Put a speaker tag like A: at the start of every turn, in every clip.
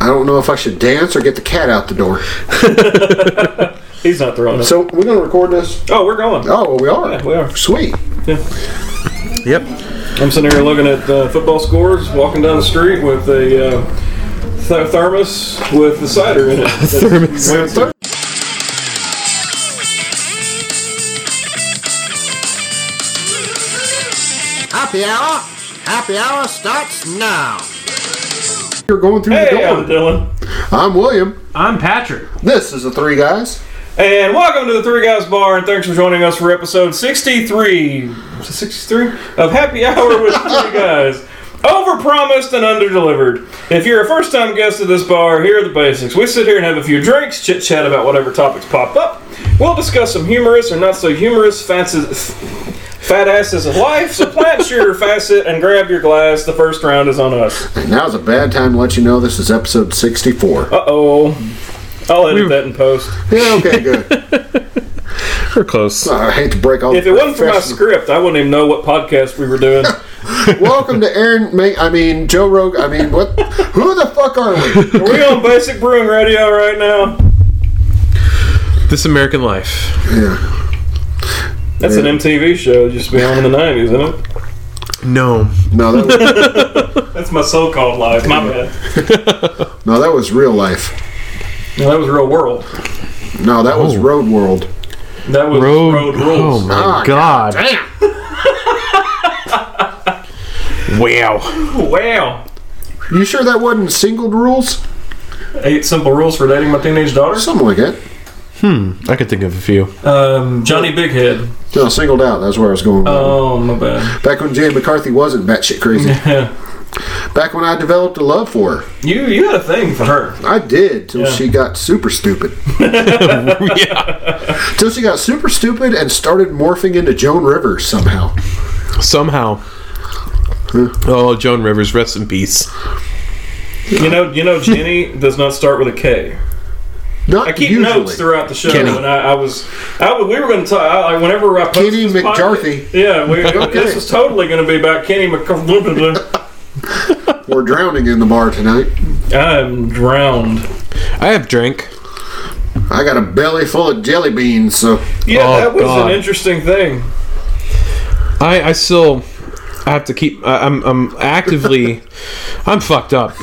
A: I don't know if I should dance or get the cat out the door.
B: He's not throwing up.
A: So we're gonna record this.
B: Oh, we're going.
A: Oh, we are.
B: Yeah, we are.
A: Sweet.
C: Yep.
B: I'm sitting here looking at uh, football scores, walking down the street with a uh, th- thermos with the cider in it. thermos.
A: Happy hour. Happy hour starts now. You're going through
B: Hey, I'm
A: the door.
B: Dylan.
A: I'm William.
D: I'm Patrick.
A: This is the three guys.
B: And welcome to the Three Guys Bar, and thanks for joining us for episode 63, 63 of Happy Hour with Three Guys. Overpromised and underdelivered. If you're a first-time guest at this bar, here are the basics. We sit here and have a few drinks, chit-chat about whatever topics pop up. We'll discuss some humorous or not so humorous fancies, fat asses of life. So plant your facet and grab your glass. The first round is on us.
A: And now's a bad time to let you know this is episode 64.
B: Uh oh. I'll edit that in post.
A: Yeah, okay, good.
C: We're close.
A: I hate to break all
B: If
A: the
B: it wasn't for my
A: professional-
B: script, I wouldn't even know what podcast we were doing.
A: Welcome to Aaron. Ma- I mean Joe Rogan. I mean what? Who the fuck are we?
B: Are we on Basic Brewing Radio right now?
C: This American Life.
A: Yeah.
B: That's an MTV show that used to be on in the 90s, isn't it?
C: No.
A: No, that was,
B: That's my so called life. My bad.
A: no, that was real life.
B: No, that was Real World.
A: No, that
B: Oh.
A: was Road World.
B: That was Road,
C: Oh
B: Rules.
C: my
A: Ah,
C: God.
A: Damn.
C: Wow.
B: wow.
A: You sure that wasn't singled rules?
B: Eight simple rules for dating my teenage daughter.
A: Something like that.
C: I could think of a few.
B: Um, Johnny Bighead.
A: No, singled out. That's where I was going. with it.
B: Oh, my bad.
A: Back when Jay McCarthy wasn't batshit crazy. Back when I developed a love for her.
B: You you had a thing for her.
A: I did till
B: Yeah.
A: she got super stupid.
C: yeah.
A: Till she got super stupid and started morphing into Joan Rivers somehow.
C: Somehow. Oh, Joan Rivers, rest in peace.
B: You know, you know, Jenny does not start with a K.
A: Not
B: I keep
A: usually.
B: notes throughout the show,
C: Kenny.
B: and I, I was, I w- we were going to talk. I, I- whenever I posted
A: Kenny
B: this
A: McJarthy.
B: podcast- yeah, we, this was totally going to be about Kenny McJarthy.
A: We're drowning in the bar tonight.
B: I'm drowned.
C: I have drank.
A: I got a belly full of jelly beans, so
B: Yeah,
C: Oh,
B: that was
C: God.
B: an interesting thing.
C: I, I still I have to keep. I, I'm I'm actively. I'm fucked up.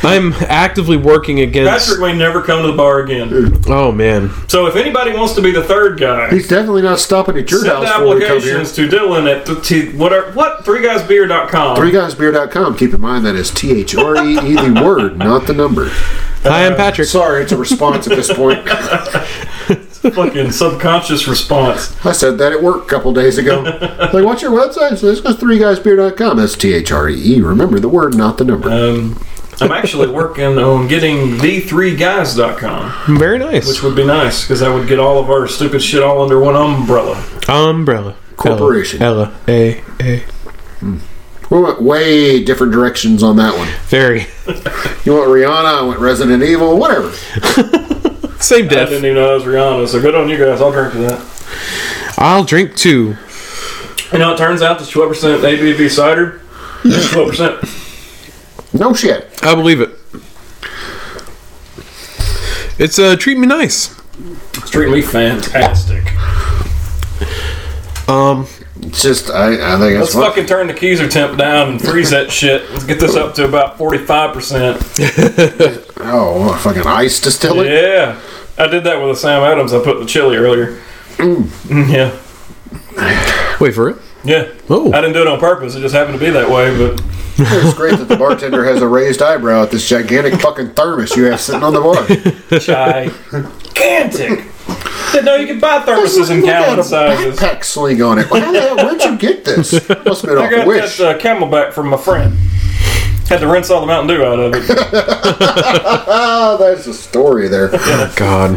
C: I'm actively working against.
B: Patrick may never come to the bar again.
C: Oh man.
B: So if anybody wants to be the third guy,
A: he's definitely not stopping at your
B: send
A: house before we come here.
B: applications to Dylan at the t- what are, what three
A: Three guysbeer.com. Keep in mind that is T H R E E the word, not the number.
C: Hi, I'm Patrick.
A: Sorry, it's a response at this point.
B: Fucking subconscious response.
A: I said that at work a couple days ago. like, what's your website? So this is three guysbeer.com. That's T H R E E. Remember the word, not the number.
B: Um, I'm actually working on getting the3guys.com,
C: Very nice.
B: which would be nice because that would get all of our stupid shit all under one umbrella.
C: Umbrella
A: Corporation.
C: Ella. A A.
A: We went way different directions on that one.
C: Very.
A: You went Rihanna, I went Resident Evil, whatever.
C: Same
B: I
C: death.
B: didn't even know that was Rihanna, so good on you guys. I'll drink to that.
C: I'll drink two.
B: You know, it turns out that 12% ABV cider. 12%.
A: No shit.
C: I believe it. It's uh, treat me nice.
B: It's treating me fantastic.
C: Um,
A: It's just, I, I think
B: Let's
A: it's fun.
B: fucking turn the Keezer temp down and freeze that shit. Let's get this up to about 45%.
A: Oh, a fucking ice distillery?
B: Yeah. I did that with a Sam Adams I put in the chili earlier. Mm, Yeah.
C: wait for it.
B: Yeah.
C: Oh.
B: I didn't do it on purpose. It just happened to be that way, but
A: It's great that the bartender has a raised eyebrow at this gigantic fucking thermos you have sitting on the bar.
B: gigantic. Said, no, you can buy thermoses in
A: Look at
B: gallon
A: a
B: sizes.
A: backpack sling on it. How the hell- Where'd you get this? Must have been
B: I
A: off
B: got
A: Wish.
B: that uh, camelback from my friend. Had to rinse all the Mountain Dew out of it.
A: Ah, there's a story there,
C: God.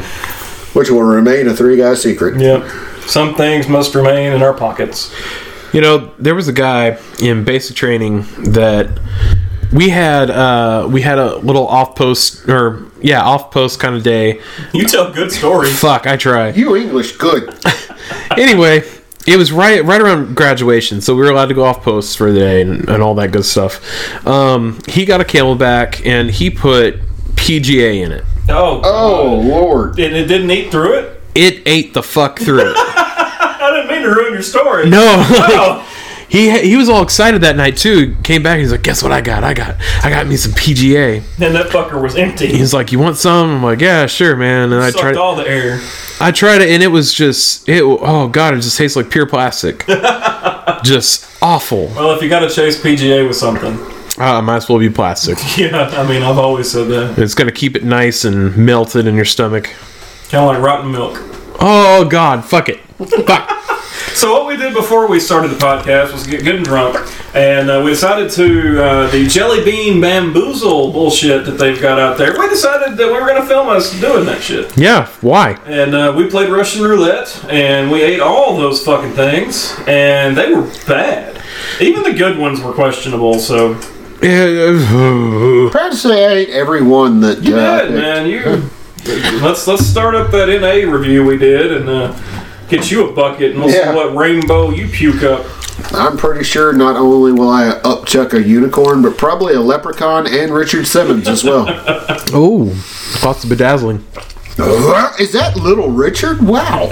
A: which will remain a three guy secret.
B: yep. Some things must remain in our pockets.
C: You know, there was a guy in basic training that we had uh, we had a little off post or yeah off post kind of day.
B: You tell good stories.
C: Fuck, I try.
A: You English, good.
C: Anyway, it was right right around graduation, so we were allowed to go off posts for the day and, and all that good stuff. Um, he got a camelback and he put PGA in it.
B: Oh,
A: Oh lord.
B: and it didn't eat through it.
C: It ate the fuck through it.
B: I didn't mean to ruin your story.
C: No, like,
B: Oh.
C: he he was all excited that night too. Came back, he's like, "Guess what I got? I got I got me some PGA."
B: and that fucker was empty.
C: He's like, "You want some?" I'm like, "Yeah, sure, man." And I
B: Sucked
C: tried,
B: all the air.
C: I tried it, and it was just it. Oh god, it just tastes like pure plastic. just awful.
B: Well, if you gotta chase PGA with something,
C: Uh, might as well be plastic.
B: yeah. I mean, I've always said that.
C: It's gonna keep it nice and melted in your stomach.
B: Kind of like rotten milk.
C: Oh god, fuck it. Fuck.
B: So what we did before we started the podcast was get good and drunk, and uh, we decided to uh, the jelly bean bamboozle bullshit that they've got out there. We decided that we were going to film us doing that shit,
C: Yeah. Why?
B: and uh, we played Russian roulette, and we ate all those fucking things, and they were bad. Even the good ones were questionable. So
C: Yeah,
A: Proud to say I ate every one that
B: you
A: uh,
B: did, man. You let's let's start up that NA review we did, and uh, get you a bucket, and we'll
A: Yeah.
B: see what rainbow you puke up.
A: I'm pretty sure not only will I upchuck a unicorn, but probably a leprechaun and Richard Simmons as well.
C: oh, thoughts bedazzling.
A: Uh, Is that little Richard? Wow.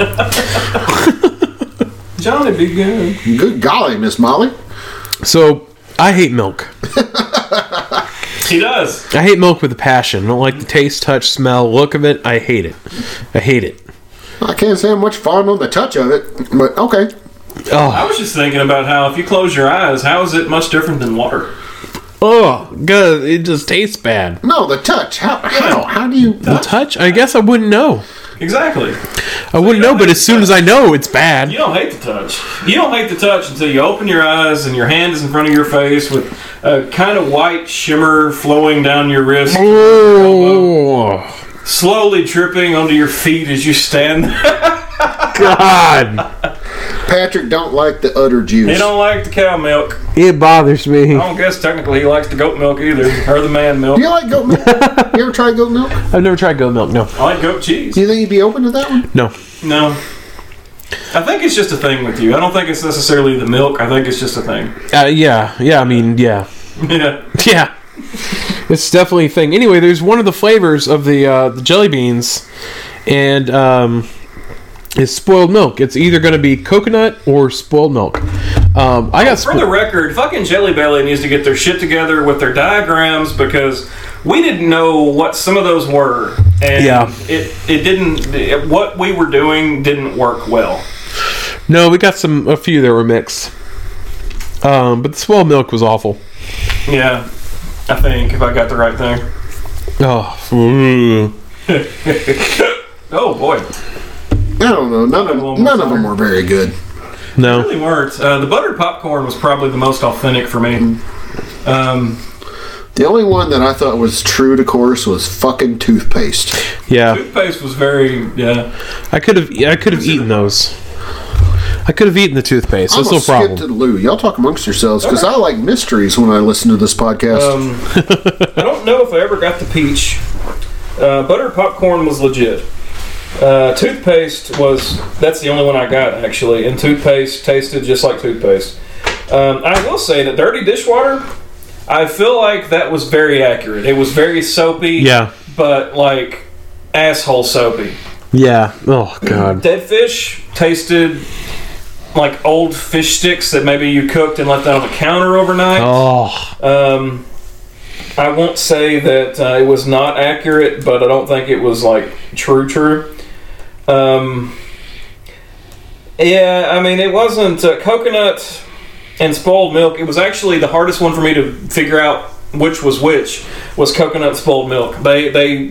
B: John, it'd be good.
A: Good golly, Miss Molly.
C: So I hate milk.
B: He does.
C: I hate milk with a passion. I don't like the taste, touch, smell, look of it. I hate it. I hate it.
A: I can't say I'm much fond on the touch of it, but okay.
B: I
C: Oh,
B: was just thinking about how if you close your eyes, how is it much different than water?
C: oh, God, it just tastes bad.
A: No, the touch. How? How? How do you?
C: The touch? I guess I wouldn't know.
B: Exactly.
C: I wouldn't know, but as soon as I know, it's bad.
B: You don't hate the touch. You don't hate the touch until you open your eyes and your hand is in front of your face with a kind of white shimmer flowing down your wrist,
C: Oh,
B: slowly dripping onto your feet as you stand there.
C: God.
A: Patrick don't like the udder
B: He
A: juice.
B: don't like the cow milk.
C: It bothers me.
B: I don't guess technically he likes the goat milk either, or the man milk.
A: You like goat milk? you ever tried goat milk?
C: I've never tried goat milk. No.
B: I like goat cheese.
A: Do you think you'd be open to that one?
C: No.
B: No. I think it's just a thing with you. I don't think it's necessarily the milk. I think it's just a thing.
C: Uh, yeah. Yeah, I mean, yeah.
B: Yeah.
C: Yeah. It's definitely a thing. Anyway, there's one of the flavors of the uh, the jelly beans, and um, it's spoiled milk. It's either going to be coconut or spoiled milk. Um, I got
B: For
C: spo-
B: the record, fucking Jelly Belly needs to get their shit together with their diagrams because we didn't know what some of those were, and
C: Yeah.
B: it it didn't it- what we were doing didn't work well.
C: no. We got some a few that were mixed, um, but the spoiled milk was awful.
B: Yeah, I think if I got the right thing.
C: Oh, mm.
B: Oh boy,
A: I don't know. None
B: Probably
A: of
B: one more
A: none of them
B: time.
A: were very good.
C: no.
B: really weren't. Uh, the buttered popcorn was probably the most authentic for me. Um,
A: The only one that I thought was true to course was fucking toothpaste.
C: Yeah,
B: toothpaste was very yeah.
C: I could have. I could have eaten those. I could have eaten the toothpaste.
A: I'm
C: That's no
A: gonna skip to
C: problem.
A: the loo. Y'all talk amongst yourselves because I like mysteries when I listen to this podcast.
B: Um, I don't know if I ever got the peach. Uh, butter popcorn was legit. Uh, toothpaste was that's the only one I got actually, and toothpaste tasted just like toothpaste. Um, I will say that dirty dishwater, I feel like that was very accurate. It was very soapy,
C: Yeah.
B: but like asshole soapy.
C: Yeah. Oh God.
B: Dead fish tasted like old fish sticks that maybe you cooked and left out on the counter overnight.
C: Oh.
B: Um, I won't say that uh, it was not accurate, but I don't think it was like true, true. Um, yeah, I mean, it wasn't uh, coconut and spoiled milk. It was actually the hardest one for me to figure out which was which was coconut and spoiled milk. They they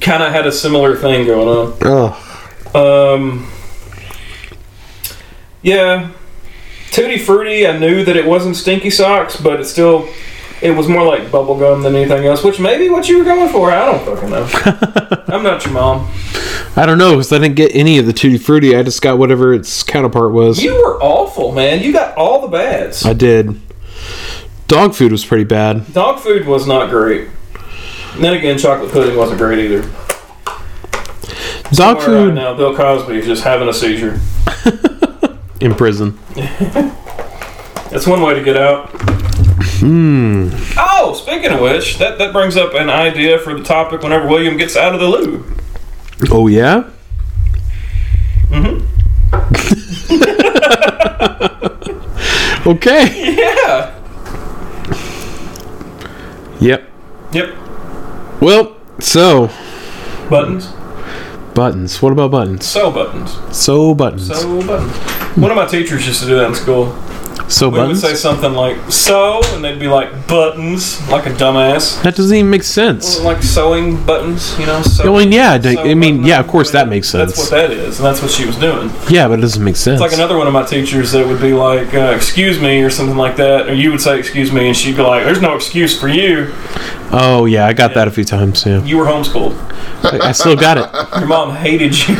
B: kind of had a similar thing going on.
C: Oh.
B: Um, yeah, Tutti Frutti. I knew that it wasn't Stinky Socks, but it still, it was more like bubblegum than anything else, which may be what you were going for. I don't fucking know. I'm not your mom.
C: I don't know because I didn't get any of the tutti frutti. I just got whatever its counterpart was.
B: You were awful, man. You got all the bads.
C: I did. Dog food was pretty bad.
B: Dog food was not great. And Then again, chocolate pudding wasn't great either.
C: Dog
B: All right,
C: food.
B: now Bill Cosby is just having a seizure.
C: in prison.
B: That's one way to get out.
C: Hmm.
B: Oh, speaking of which, that, that brings up an idea for the topic whenever William gets out of the loo.
C: Oh yeah. Mm-hmm. okay.
B: Yeah.
C: Yep.
B: Yep.
C: Well, so
B: Buttons.
C: buttons. What about buttons?
B: So buttons.
C: So buttons. So,
B: So buttons. One of my teachers used to do that in school. We
C: buttons.
B: would say something like so, and they'd be like buttons, like a dumbass.
C: that doesn't even make sense.
B: Like sewing buttons, you know. Oh, So,
C: Well, yeah. I d-
B: sew
C: I mean,
B: button
C: yeah.
B: up.
C: Of course, that makes sense.
B: That's what that is, and that's what she was doing.
C: yeah, but it doesn't make sense.
B: It's like another one of my teachers that would be like, uh, "Excuse me" or something like that, or you would say "Excuse me," and she'd be like, "There's no excuse for you.
C: oh yeah, I got that a few times. Yeah,
B: You were homeschooled.
C: I I still got it.
B: Your mom hated you."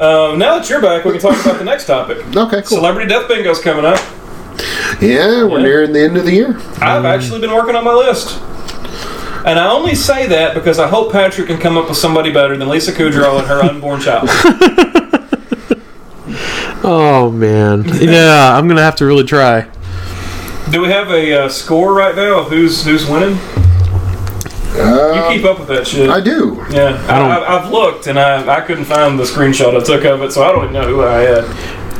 B: um, now that you're back, we can talk about the next topic.
A: Okay, cool.
B: Celebrity Death Bingo's coming up.
A: yeah, we're
B: Yeah.
A: nearing the end of the year.
B: I've actually been working on my list. And I only say that because I hope Patrick can come up with somebody better than Lisa Kudrow and her unborn child.
C: Oh man. Yeah, I'm gonna have to really try.
B: Do we have a uh, score right now of who's who's winning?
A: Uh,
B: You keep up with that shit.
A: I do.
B: yeah, I
C: don't-
B: I, I've looked and I, I couldn't find the screenshot I took of it, so I don't even know who I had.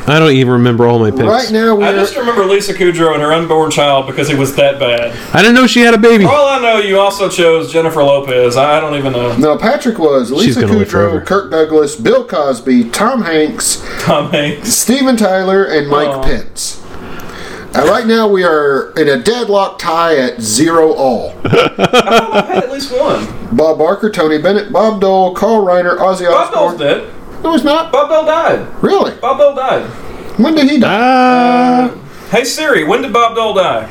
C: I don't even remember all my picks.
A: Right now,
B: I
A: we're
B: just remember Lisa Kudrow and her unborn child because it was that bad.
C: I didn't know she had a baby.
A: Oh.
B: For all I know, you also chose Jennifer Lopez. I don't even know.
A: no Patrick was Lisa
C: gonna live forever.
A: Kudrow, Kirk Douglas, Bill Cosby, Tom Hanks,
B: Tom Hanks.
A: Steven Tyler, and Mike
B: Aw.
A: Pence. Uh, right now, we are in a deadlock tie at zero all.
B: I had at least one.
A: Bob Barker, Tony Bennett, Bob Dole, Carl Reiner, Ozzy
B: Bob Dole's
A: Osbourne.
B: dead.
A: No, he's not.
B: Bob Dole died.
A: Really?
B: Bob Dole died.
A: When did he die?
C: Ah,
B: Hey Siri, when did Bob Dole die?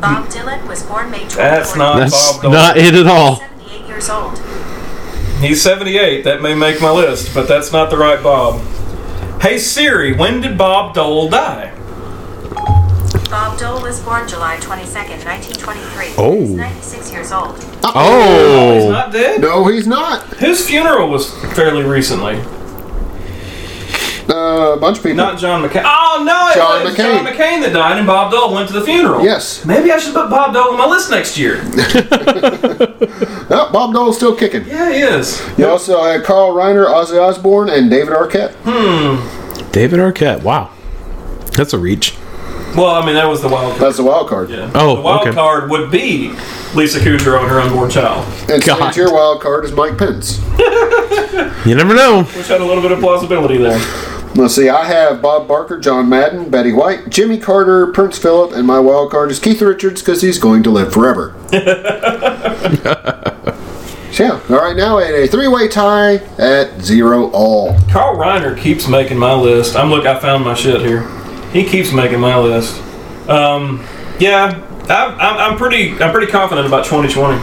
D: Bob Dylan was born May 24,
B: That's not
C: that's
B: Bob Dole.
C: not it at all.
D: 78 years old.
B: He's 78. That may make my list, but that's not the right Bob. Hey Siri, when did Bob Dole die?
D: Bob Dole was born July 22, 1923.
C: Oh.
D: He's 96 years old.
B: He's
C: Oh,
B: not dead.
A: No, he's not.
B: His funeral was fairly recently.
A: Uh, a bunch of people.
B: Not John McCain. Oh no, it
A: John
B: was
A: McCain.
B: John McCain that died, and Bob Dole went to the funeral.
A: Yes.
B: Maybe I should put Bob Dole on my list next year.
A: Oh, Bob Dole's still kicking.
B: Yeah, he is.
A: You also had Carl Reiner, Ozzy Osbourne, and David Arquette.
B: Hmm.
C: David Arquette. Wow, that's a reach.
B: Well, I mean that was the wild card.
A: That's a wild card.
B: Yeah.
C: Oh,
B: the wild
C: okay.
B: card would be Lisa Kudrow and her unborn child,
A: And so
C: God.
A: your wild card is Mike Pence.
C: You never know.
B: which had a little bit of plausibility there.
A: Let's see. I have Bob Barker, John Madden, Betty White, Jimmy Carter, Prince Philip, and my wild card is Keith Richards because he's going to live forever. So, yeah. All right. Now at a three-way tie at zero all.
B: Carl Reiner keeps making my list. I'm look. I found my shit here. He keeps making my list. Um, yeah, I, I'm, I'm pretty. I'm pretty confident about 2020.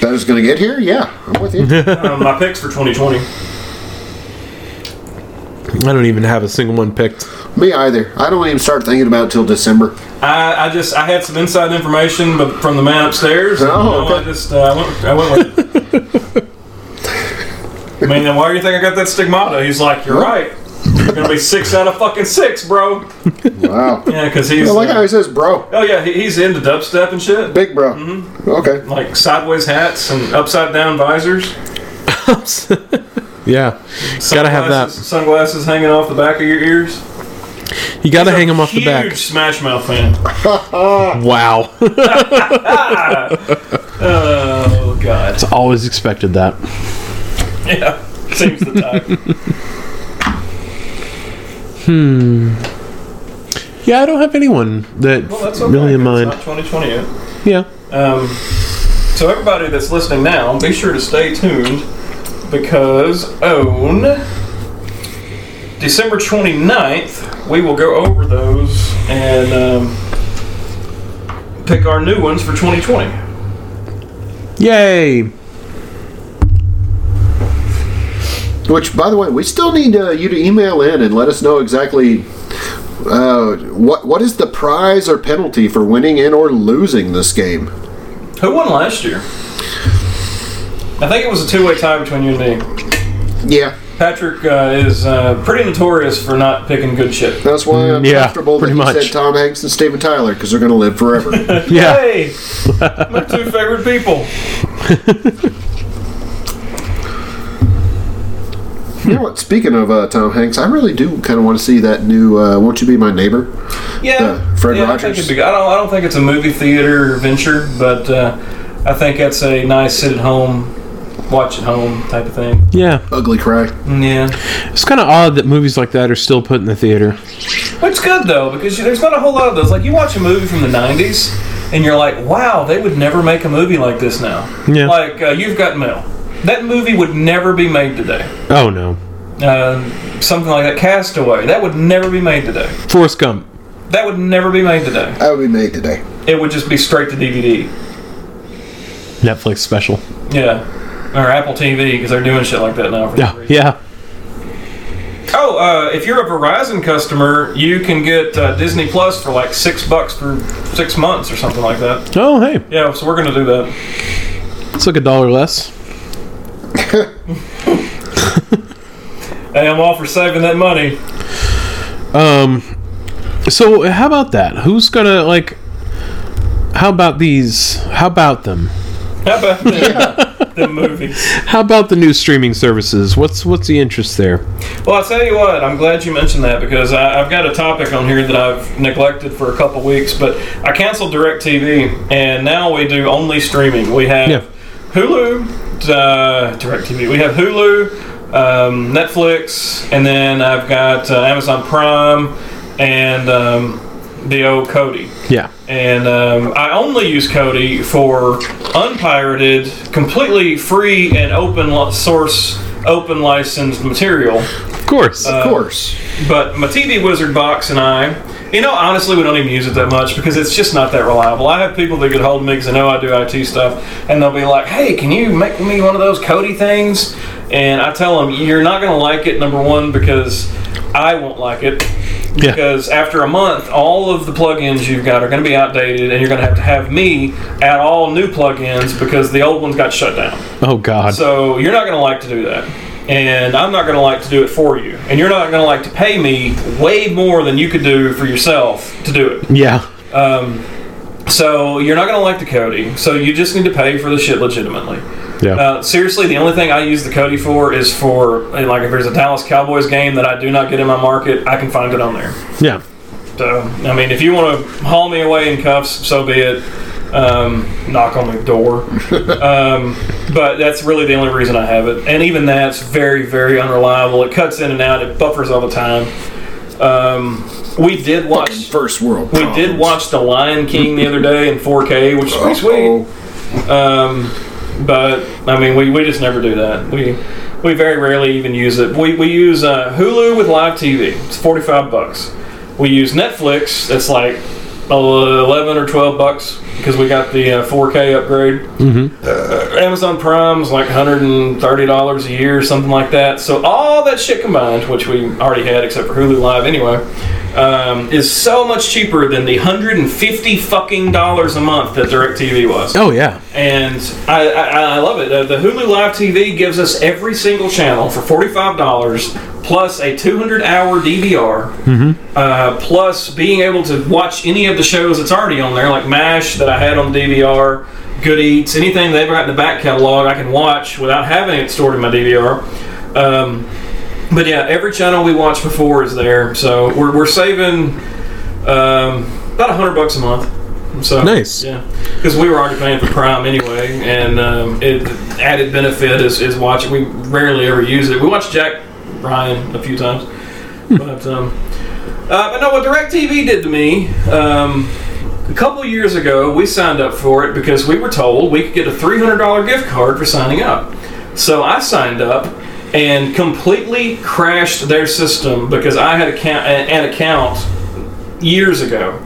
A: That is going to get here. Yeah, I'm with you.
B: Um, my picks for 2020.
C: I don't even have a single one picked.
A: Me either. I don't even start thinking about it till December.
B: I, I just I had some inside information, but from the man upstairs. and,
A: Oh,
B: you know, I
A: okay.
B: just uh, I went. I went with it. I mean, then why do you think I got that stigmata? He's like, you're right. You're gonna be six out of fucking six, bro.
A: Wow.
B: Yeah, because he's.
A: I like how
B: uh,
A: he says, "Bro,
B: oh yeah, he, he's into dubstep and shit.
A: big bro."
C: Mm-hmm.
A: Okay.
B: Like sideways hats and upside down visors.
C: yeah, gotta have that.
B: Sunglasses- Sunglasses hanging off the back of your ears.
C: You gotta hang them off
B: Huge
C: the back.
B: Smash Mouth fan.
C: Wow,
B: Oh god.
C: always expected that.
B: Yeah. Seems the time.
C: Yeah, I don't have anyone that
B: Well, that's okay.
C: really in mind.
B: It's not 2020 yet.
C: Yeah,
B: Um, so everybody that's listening now, be sure to stay tuned because on December 29th, we will go over those and um, pick our new ones for 2020.
C: yay!
A: Which, by the way, we still need uh, you to email in and let us know exactly uh, what what is the prize or penalty for winning and or losing this game.
B: Who won last year? I think it was a two-way tie between you and me.
A: Yeah,
B: Patrick uh, is uh, pretty notorious for not picking good shit.
A: that's why I'm
C: Mm, yeah,
A: comfortable that
C: pretty
A: you
C: much.
A: said Tom Hanks and Steven Tyler because they're going to live forever.
C: Yeah.
B: Hey, my two favorite people.
A: you know what? Speaking of uh, Tom Hanks, I really do kind of want to see that new uh, "Won't You Be My Neighbor."
B: Yeah,
A: Uh, Fred
B: yeah, I, think
A: Rogers.
B: it'd be good. I don't. I don't think it's a movie theater venture, but uh, I think that's a nice sit at home, watch at home type of thing.
C: Yeah.
A: Ugly cry.
B: Yeah,
C: It's kind of odd that movies like that are still put in the theater.
B: which is good though because you, there's not a whole lot of those. Like you watch a movie from the '90s, and you're like, wow, they would never make a movie like this now.
C: Yeah.
B: Like uh, you've got mail. That movie would never be made today.
C: Oh, no.
B: Uh, something like that, Castaway. That would never be made today.
C: Forrest Gump.
B: That would never be made today.
A: I would be made today.
B: It would just be straight to DVD.
C: Netflix special.
B: Yeah. Or Apple TV because they're doing shit like that now. For some reason.
C: Yeah. Yeah.
B: Oh, uh, if you're a Verizon customer, you can get uh, Disney Plus for like six bucks for six months or something like that.
C: Oh, hey.
B: Yeah, so we're gonna do that.
C: It's like a dollar less.
B: Hey, I'm all for saving that money.
C: Um, so how about that? Who's gonna like? How about these? How about them?
B: How about the, the movies?
C: How about the new streaming services? What's what's the interest there?
B: Well, I tell you what, I'm glad you mentioned that because I, I've got a topic on here that I've neglected for a couple weeks. But I canceled DirecTV, and now we do only streaming. We have
C: Yeah.
B: Hulu, uh, DirecTV. We have Hulu, um, Netflix, and then I've got uh, Amazon Prime and um, the old Cody.
C: Yeah,
B: And um, I only use Cody for unpirated, completely free and open lo- source, open licensed material.
C: of course.
A: Of course.
B: But my TV Wizard box and I, you know, honestly, we don't even use it that much because it's just not that reliable. I have people that get hold of me because I know I do IT stuff, and they'll be like, "Hey, can you make me one of those Cody things?" And I tell them, "You're not going to like it. Number one, because I won't like it."
C: Yeah.
B: Because after a month, all of the plugins you've got are going to be outdated, and you're going to have to have me add all new plugins because the old ones got shut down.
C: oh God.
B: So you're not going to like to do that. And I'm not going to like to do it for you. And you're not going to like to pay me way more than you could do for yourself to do it.
C: yeah.
B: So you're not going to like the Cody. So you just need to pay for the shit legitimately.
C: Yeah.
B: Uh, seriously, the only thing I use the Cody for is for, and like, if there's a Dallas Cowboys game that I do not get in my market, I can find it on there.
C: yeah.
B: So, um, I mean, if you want to haul me away in cuffs, so be it. Um, knock on the door. um, but that's really the only reason I have it. And even that's very, very unreliable. It cuts in and out, it buffers all the time. Um, we did watch.
A: First world.
B: We did watch The Lion King the other day in 4K, which is pretty sweet.
A: Oh,
B: Um, but I mean, we, we just never do that. We we very rarely even use it. We, we use uh, Hulu with live TV. It's forty five bucks. We use Netflix. That's like eleven or twelve bucks because we got the uh, four K upgrade. Mm-hmm. Uh, Amazon Prime's like hundred and thirty dollars a year, something like that. So all that shit combined, which we already had except for Hulu Live anyway. Um, is so much cheaper than the hundred and fifty fucking dollars a month that DirecTV was
C: Oh yeah.
B: and I, I, I love it. Uh, the Hulu Live TV gives us every single channel for forty-five dollars, plus a two hundred-hour DVR, uh, plus being able to watch any of the shows that's already on there, like Mash that I had on DVR, Good Eats, anything they've got in the back catalog, I can watch without having it stored in my DVR. Um, but yeah, every channel we watched before is there, so we're, we're saving um, about a hundred bucks a month. So
C: Nice.
B: yeah, because we were already paying for Prime anyway, and um, it added benefit is, is watching. We rarely ever use it. We watched Jack Ryan a few times, but um, uh, but no, what Directv did to me. Um, a couple years ago, we signed up for it because we were told we could get a $300 gift card for signing up. So I signed up and completely crashed their system because I had account, an an account years ago.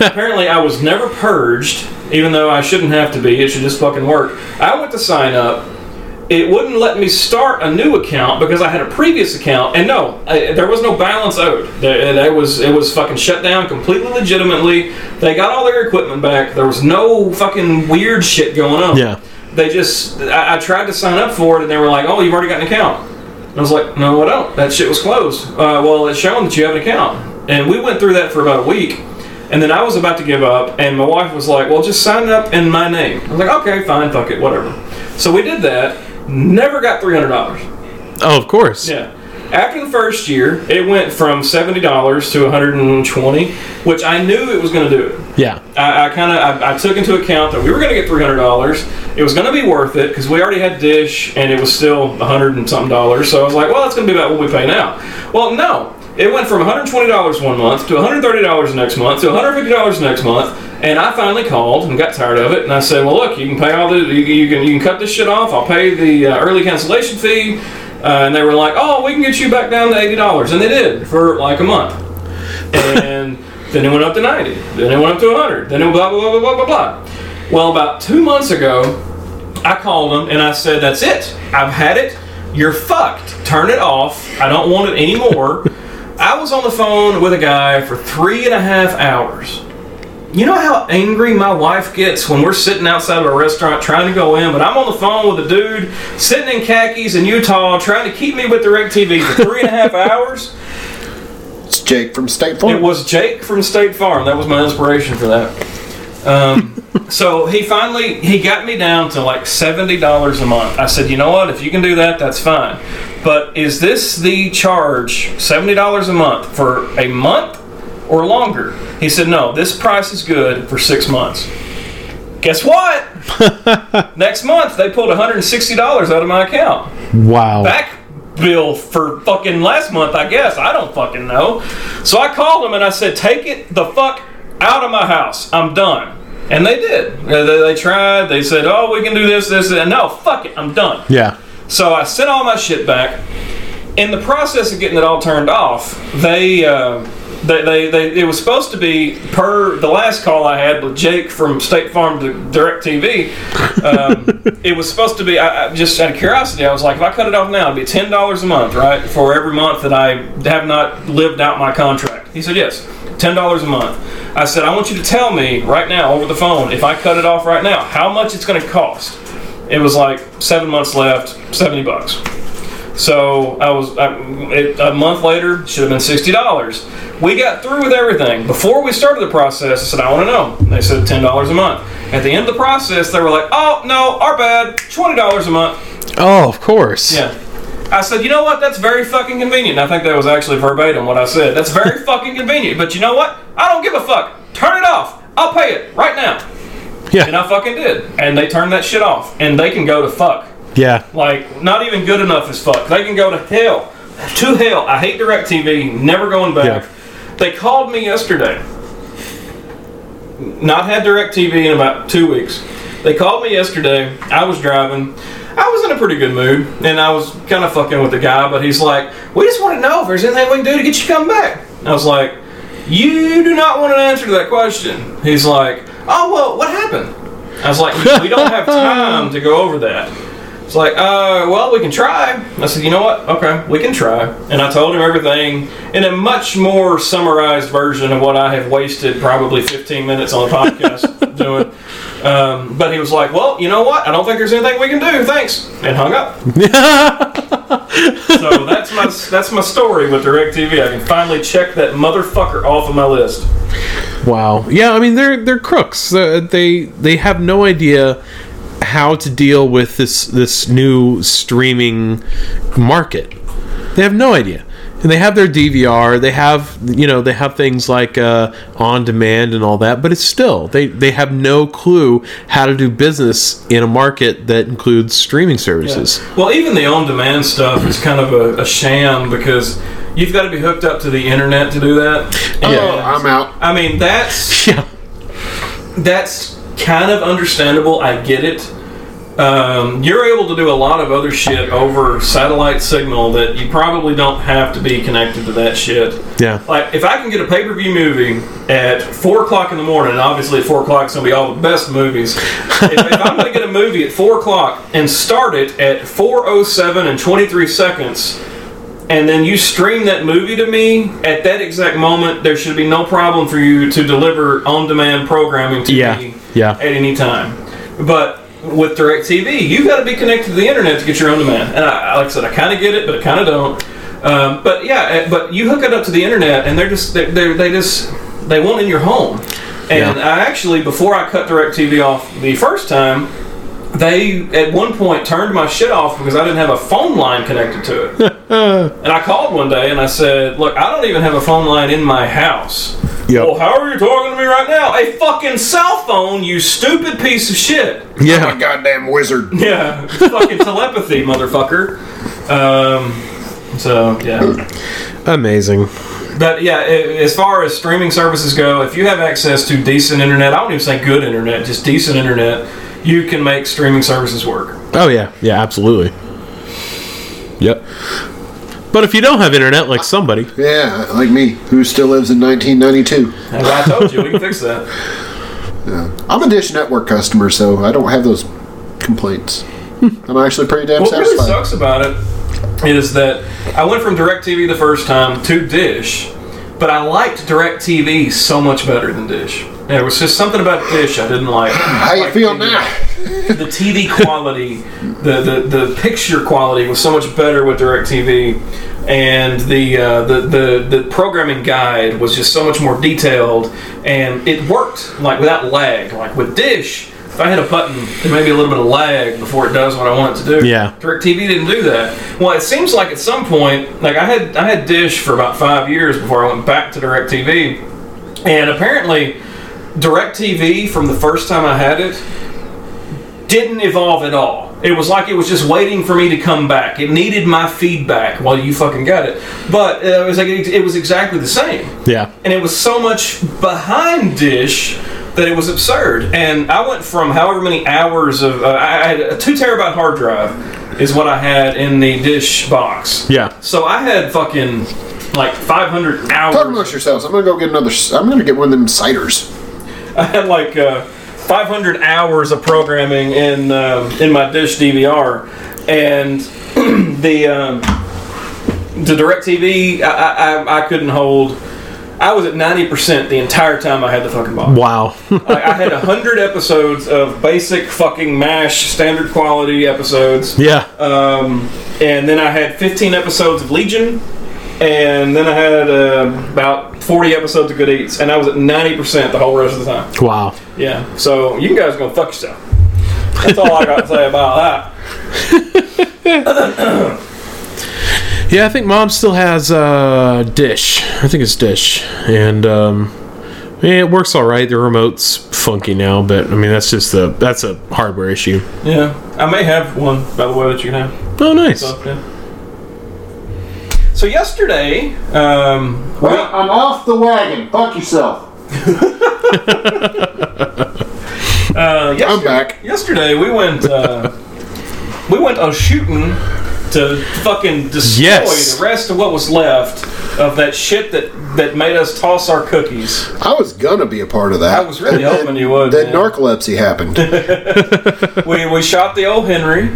B: Apparently, I was never purged, even though I shouldn't have to be. It should just fucking work. I went to sign up. It wouldn't let me start a new account because I had a previous account, and no, I, there was no balance owed. There- It was it was fucking shut down completely legitimately. They got all their equipment back. There was no fucking weird shit going on.
C: Yeah.
B: they just I, I tried to sign up for it and they were like, "Oh, you've already got an account." And I was like, "No, I don't. That shit was closed." Uh, well, it's showing that you have an account, and we went through that for about a week, and then I was about to give up, and my wife was like, "Well, just sign up in my name." I was like, "Okay, fine, fuck it, whatever." So we did that. Never got three hundred dollars.
C: Oh, of course.
B: Yeah. After the first year, it went from seventy dollars to one hundred and twenty, which I knew it was going to do it.
C: Yeah.
B: I, I kind of I, I took into account that we were going to get three hundred dollars. It was going to be worth it because we already had dish, and it was still a hundred and something dollars. So I was like, well, that's going to be about what we pay now. Well, no, it went from one hundred twenty dollars one month to one hundred thirty dollars next month to one hundred fifty dollars next month, and I finally called and got tired of it, and I said, well, look, you can pay all the you, you can you can cut this shit off. I'll pay the uh, early cancellation fee, uh, and they were like, oh, we can get you back down to eighty dollars, and they did for like a month and then it went up to 90, then it went up to 100, then it blah, blah, blah, blah, blah, blah. Well, about two months ago, I called them and I said, That's it. I've had it. You're fucked. Turn it off. I don't want it anymore. I was on the phone with a guy for three and a half hours. You know how angry my wife gets when we're sitting outside of a restaurant trying to go in, but I'm on the phone with a dude sitting in khakis in Utah trying to keep me with direct TV for three and a half hours?
A: It's Jake from State Farm.
B: It was Jake from State Farm. That was my inspiration for that. Um, so he finally he got me down to like seventy dollars a month. I said, you know what? If you can do that, that's fine. But is this the charge seventy dollars a month for a month or longer? He said, no. This price is good for six months. Guess what? Next month they pulled one hundred and sixty dollars out of my account
C: Wow.
B: back bill for fucking last month, I guess. I don't fucking know. So I called them and I said, take it the fuck out of my house. I'm done. And they did. Uh, They, they tried. They said, oh, we can do this, this, and no, fuck it. I'm done.
C: yeah.
B: So I sent all my shit back. In the process of getting it all turned off, they, uh, they, they, they it was supposed to be per the last call I had with Jake from State Farm to DirecTV. Um, it was supposed to be I, I just out of curiosity. I was like, if I cut it off now, it'd be ten dollars a month, right, for every month that I have not lived out my contract. He said yes, ten dollars a month. I said, I want you to tell me right now over the phone if I cut it off right now, how much it's going to cost it was like seven months left, seventy bucks. So I was I, it, a month later. Should have been sixty dollars. We got through with everything before we started the process. I said I want to know. And they said ten dollars a month. At the end of the process, they were like, "Oh no, our bad. Twenty dollars a month."
C: Oh, of course.
B: Yeah. I said, you know what? That's very fucking convenient. I think that was actually verbatim what I said. That's very fucking convenient. But you know what? I don't give a fuck. Turn it off. I'll pay it right now.
C: Yeah.
B: And I fucking did. And they turned that shit off. And they can go to fuck.
C: Yeah.
B: Like, not even good enough as fuck. They can go to hell. To hell. I hate DirecTV. Never going back.
C: Yeah.
B: They called me yesterday. Not had DirecTV in about two weeks. They called me yesterday. I was driving. I was in a pretty good mood. And I was kind of fucking with the guy, but he's like, We just want to know if there's anything we can do to get you to come back. I was like, You do not want an answer to that question. He's like, Oh, well, what happened? I was like, We don't have time to go over that. It's like, uh, well, we can try. I said, you know what? Okay, we can try. And I told him everything in a much more summarized version of what I have wasted probably 15 minutes on a podcast doing. Um, but he was like, well, you know what? I don't think there's anything we can do. Thanks, and hung up. so that's my that's my story with Directv. I can finally check that motherfucker off of my list.
C: Wow. Yeah, I mean they're they're crooks. Uh, They they have no idea how to deal with this this new streaming market. They have no idea. And they have their DVR. They have you know they have things like uh, on demand and all that. But it's still they they have no clue how to do business in a market that includes streaming services.
B: Well, even the on-demand stuff is kind of a, a sham because you've got to be hooked up to the internet to do that.
A: Oh, I'm out.
B: I mean, that's
C: Yeah.
B: that's kind of understandable. I get it. Um, you're able to do a lot of other shit over satellite signal that you probably don't have to be connected to that shit.
C: Yeah.
B: Like, if I can get a pay per view movie at 4 o'clock in the morning, and obviously at 4 o'clock is going to be all the best movies. if, if I'm going to get a movie at 4 o'clock and start it at 4.07 and 23 seconds, and then you stream that movie to me at that exact moment, there should be no problem for you to deliver on demand programming to
C: Yeah,
B: me
C: yeah.
B: at any time. But with DirecTV, you got to be connected to the internet to get your own demand. And I, like I said, I kind of get it, but I kind of don't. Um, but yeah, uh, but you hook it up to the internet, and they're just they they they just they want in your home. And
C: Yeah.
B: I actually, before I cut DirecTV off the first time, they at one point turned my shit off because I didn't have a phone line connected to it. And I called one day and I said, "Look, I don't even have a phone line in my house."
C: Yep.
B: Well, how are you talking to me right now? A fucking cell phone, you stupid piece of shit.
A: A
C: Yeah.
A: goddamn wizard.
B: Yeah, fucking telepathy, motherfucker. Um, so yeah,
C: Amazing.
B: but yeah, a- as far as streaming services go, if you have access to decent internet, I don't even say good internet, just decent internet, you can make streaming services work.
C: Oh yeah. Yeah, absolutely. Yep. But if you don't have internet like somebody,
A: Yeah, like me, who still lives in 1992.
B: As I told you, we can fix that.
A: I'm a Dish Network customer, so I don't have those complaints. I'm actually pretty damn
B: What really
A: satisfied.
B: sucks about it is that I went from DirecTV the first time to Dish, but I liked DirecTV so much better than Dish. There was just something about Dish I didn't like.
A: How you
B: Like
A: feel
B: TV.
A: now?
B: the TV quality, the, the, the picture quality was so much better with DirecTV, and the, uh, the the the programming guide was just so much more detailed, and it worked like without lag. Like with Dish, if I hit a button, there may be a little bit of lag before it does what I want it to do.
C: Yeah.
B: DirecTV didn't do that. Well, it seems like at some point, like I had I had Dish for about five years before I went back to DirecTV, and apparently. DirecTV from the first time I had it didn't evolve at all. It was like it was just waiting for me to come back. It needed my feedback. Well, you fucking got it. But uh, it was like it was exactly the same,
C: yeah.
B: and it was so much behind Dish that it was absurd. And I went from however many hours of uh, I had a two terabyte hard drive is what I had in the Dish box.
C: Yeah.
B: So I had fucking like 500 hours.
A: Talk amongst yourselves. I'm gonna go get another. s- I'm gonna get one of them ciders.
B: I had like uh, 500 hours of programming in um in my Dish DVR, and the um, the DirecTV I, I I- I couldn't hold. I was at 90% the entire time I had the fucking box.
C: Wow.
B: Like, I had 100 episodes of basic fucking MASH standard quality episodes.
C: yeah.
B: Um, and then I had 15 episodes of Legion, and then I had uh, about 40 episodes of Good Eats, and I was at 90% the whole rest of the time.
C: wow.
B: Yeah. So you guys gonna fuck yourself. That's all I got to say about that.
C: Yeah, I think mom still has uh, Dish. I think it's Dish, and um, yeah, it works all right. The remote's funky now, but I mean that's just the that's a hardware issue.
B: Yeah. I may have one by the way that you can have.
C: Oh, nice.
B: So, yeah. so yesterday, um, we-
A: I'm off the wagon. Fuck yourself.
B: uh, yesterday,
A: I'm back.
B: Yesterday we went uh, we went a shooting to fucking destroy
C: Yes.
B: the rest of what was left of that shit that that made us toss our cookies.
A: I was gonna be a part of that.
B: I was really
A: And then
B: hoping you would,
A: That
B: man.
A: narcolepsy happened.
B: We we shot the old Henry,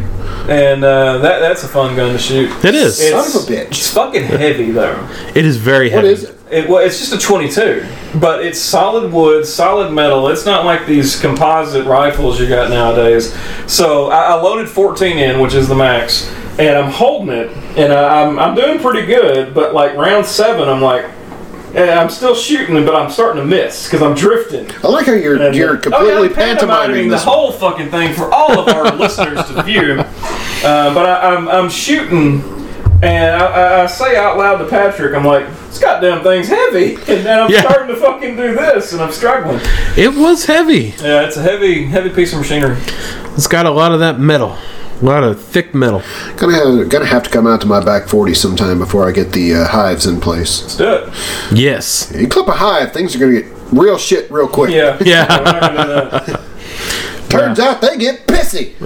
B: and uh, that that's a fun gun to shoot.
C: It is.
A: Son of a bitch.
B: It's fucking heavy though.
C: It is very
A: what
C: heavy.
A: is it?
B: It, well, it's just a 22, but it's solid wood, solid metal. It's not like these composite rifles you got nowadays. So I, I loaded 14 in, which is the max, and I'm holding it, and I, I'm, I'm doing pretty good. But like round seven, I'm like, and I'm still shooting, but I'm starting to miss because I'm drifting.
A: I like how you're
B: And,
A: you're
B: uh,
A: completely
B: oh, yeah, I'm
A: pantomiming
B: the
A: this.
B: whole fucking thing for all of our listeners to view. Uh, but I, I'm, I'm shooting, and I, I, I say out loud to Patrick, I'm like, this goddamn thing's heavy, and then I'm
C: Yeah.
B: starting to fucking do this, and I'm struggling.
C: It was heavy.
B: Yeah, it's a heavy, heavy piece of machinery.
C: It's got a lot of that metal, a lot of thick metal.
A: Gonna have, gonna have to come out to my back forty sometime before I get the uh, hives in place.
B: Let's do it.
C: Yes.
A: You clip a hive, things are gonna get real shit real quick.
B: Yeah.
C: Yeah.
B: We're not gonna do that.
A: Turns out they get pissy.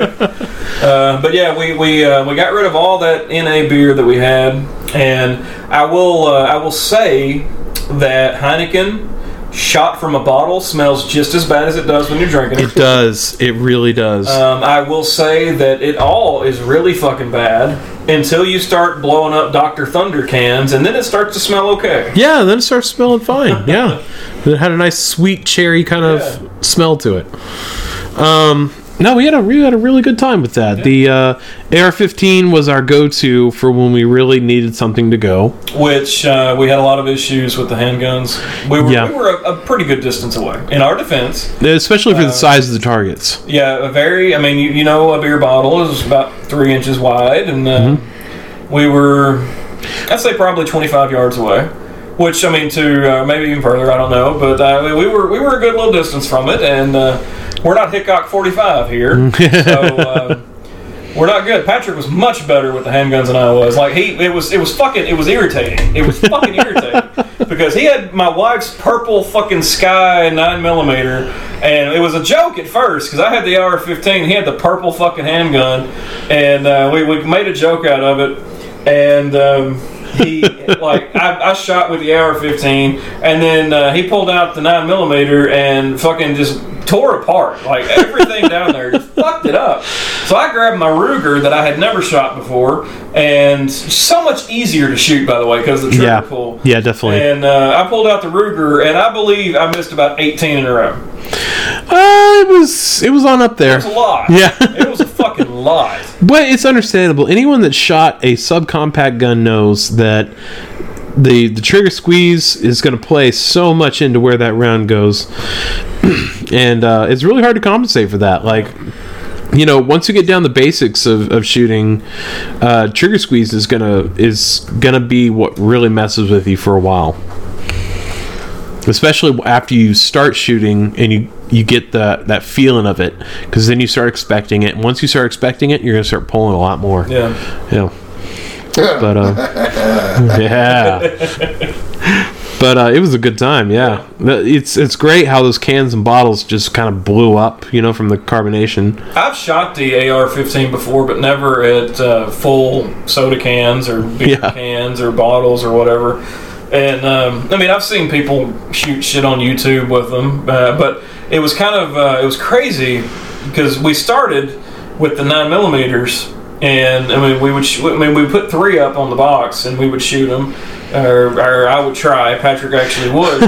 B: Uh, but yeah, we we uh, we got rid of all that NA beer that we had, and I will uh, I will say that Heineken shot from a bottle smells just as bad as it does when you're drinking
C: It does. It really does.
B: Um, I will say that it all is really fucking bad until you start blowing up Dr. Thunder cans, and then it starts to smell okay.
C: yeah, then it starts smelling fine. Yeah. it had a nice sweet cherry kind of
B: Yeah.
C: smell to it. Um, No, we had a we had a really good time with that. The uh, AR-15 was our go-to for when we really needed something to go.
B: Which uh, we had a lot of issues with the handguns. We were,
C: Yeah.
B: we were a, a pretty good distance away. In our defense,
C: especially for the size of the targets.
B: yeah, a very. I mean, you, you know, a beer bottle is about three inches wide, and uh, we were, I'd say, probably 25 yards away. Which I mean, to uh, maybe even further, I don't know, but uh, we were we were a good little distance from it, and uh, we're not Hickok 45 here, so. Uh, We're not good. Patrick was much better with the handguns than I was. Like he, it was, it was fucking, it was irritating. It was fucking irritating because he had my wife's purple fucking sky nine millimeter, and it was a joke at first because I had the AR-15, he had the purple fucking handgun, and uh, we, we made a joke out of it, and. Um, he like I, I shot with the AR-15, and then uh, he pulled out the nine millimeter and fucking just tore apart like everything down there, just fucked it up. So I grabbed my Ruger that I had never shot before, and so much easier to shoot by the way because the trigger
C: Yeah,
B: pull.
C: yeah, definitely.
B: And uh, I pulled out the Ruger, and I believe I missed about 18 in a row.
C: Uh, it was it was on up there,
B: It's a lot.
C: Yeah.
B: it was a fucking lot.
C: but it's understandable. Anyone that shot a subcompact gun knows that the the trigger squeeze is going to play so much into where that round goes, and uh, it's really hard to compensate for that. Like. You know, once you get down the basics of, of shooting, uh, trigger squeeze is gonna is gonna be what really messes with you for a while. especially after you start shooting and you you get the that feeling of it because then you start expecting it and once you start expecting it you're gonna start pulling a lot more
B: Yeah.
C: yeah but uh yeah but uh, it was a good time yeah The- it's it's great how those cans and bottles just kind of blew up you know from the carbonation
B: I've shot the AR-15 before, but never at uh, full soda cans or beer
C: Yeah.
B: cans or bottles or whatever. And um, I mean, I've seen people shoot shit on YouTube with them, uh, but it was kind of uh, it was crazy because we started with the nine millimeters, and I mean, we would sh- I mean we put three up on the box, and we would shoot them, or, or I would try. Patrick actually would.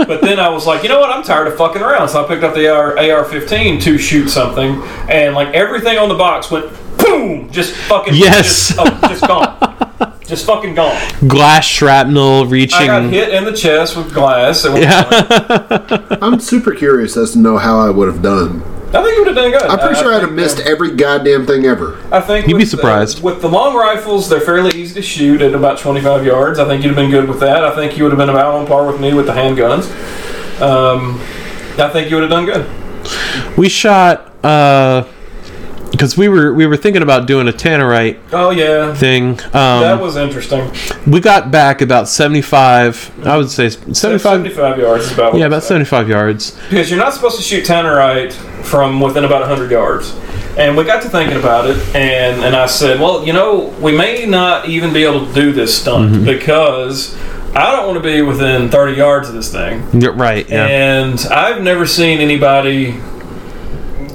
B: But then I was like, you know what? I'm tired of fucking around. So I picked up the AR, AR-15 to shoot something, and like everything on the box went boom, just fucking
C: Yes.
B: just, oh, just gone, just fucking gone.
C: glass shrapnel
B: I
C: reaching
B: got hit in the chest with glass. At one point.
A: I'm super curious as to know how I would have done.
B: I think you would have done good.
A: I'm pretty
B: I- I
A: sure I'd have
B: think,
A: missed
B: uh,
A: every goddamn thing ever.
B: I think
C: You'd be
B: with the-
C: surprised.
B: with the long rifles, they're fairly easy to shoot at about 25 yards. I think you'd have been good with that. I think you would have been about on par with me with the handguns. Um, I think you would have done good.
C: we shot because we were we were thinking about doing a tannerite
B: Oh yeah,
C: thing um,
B: that was interesting.
C: We got back about 75, I would say 75,
B: 75 yards is about what
C: yeah,
B: it
C: about
B: said.
C: 75 yards.
B: Because you're not supposed to shoot tannerite from within about 100 yards. And we got to thinking about it, and, and I said, well, you know, we may not even be able to do this stunt
C: Mm-hmm.
B: because I don't want to be within 30 yards of this thing.
C: Yeah, Right, yeah.
B: And I've never seen anybody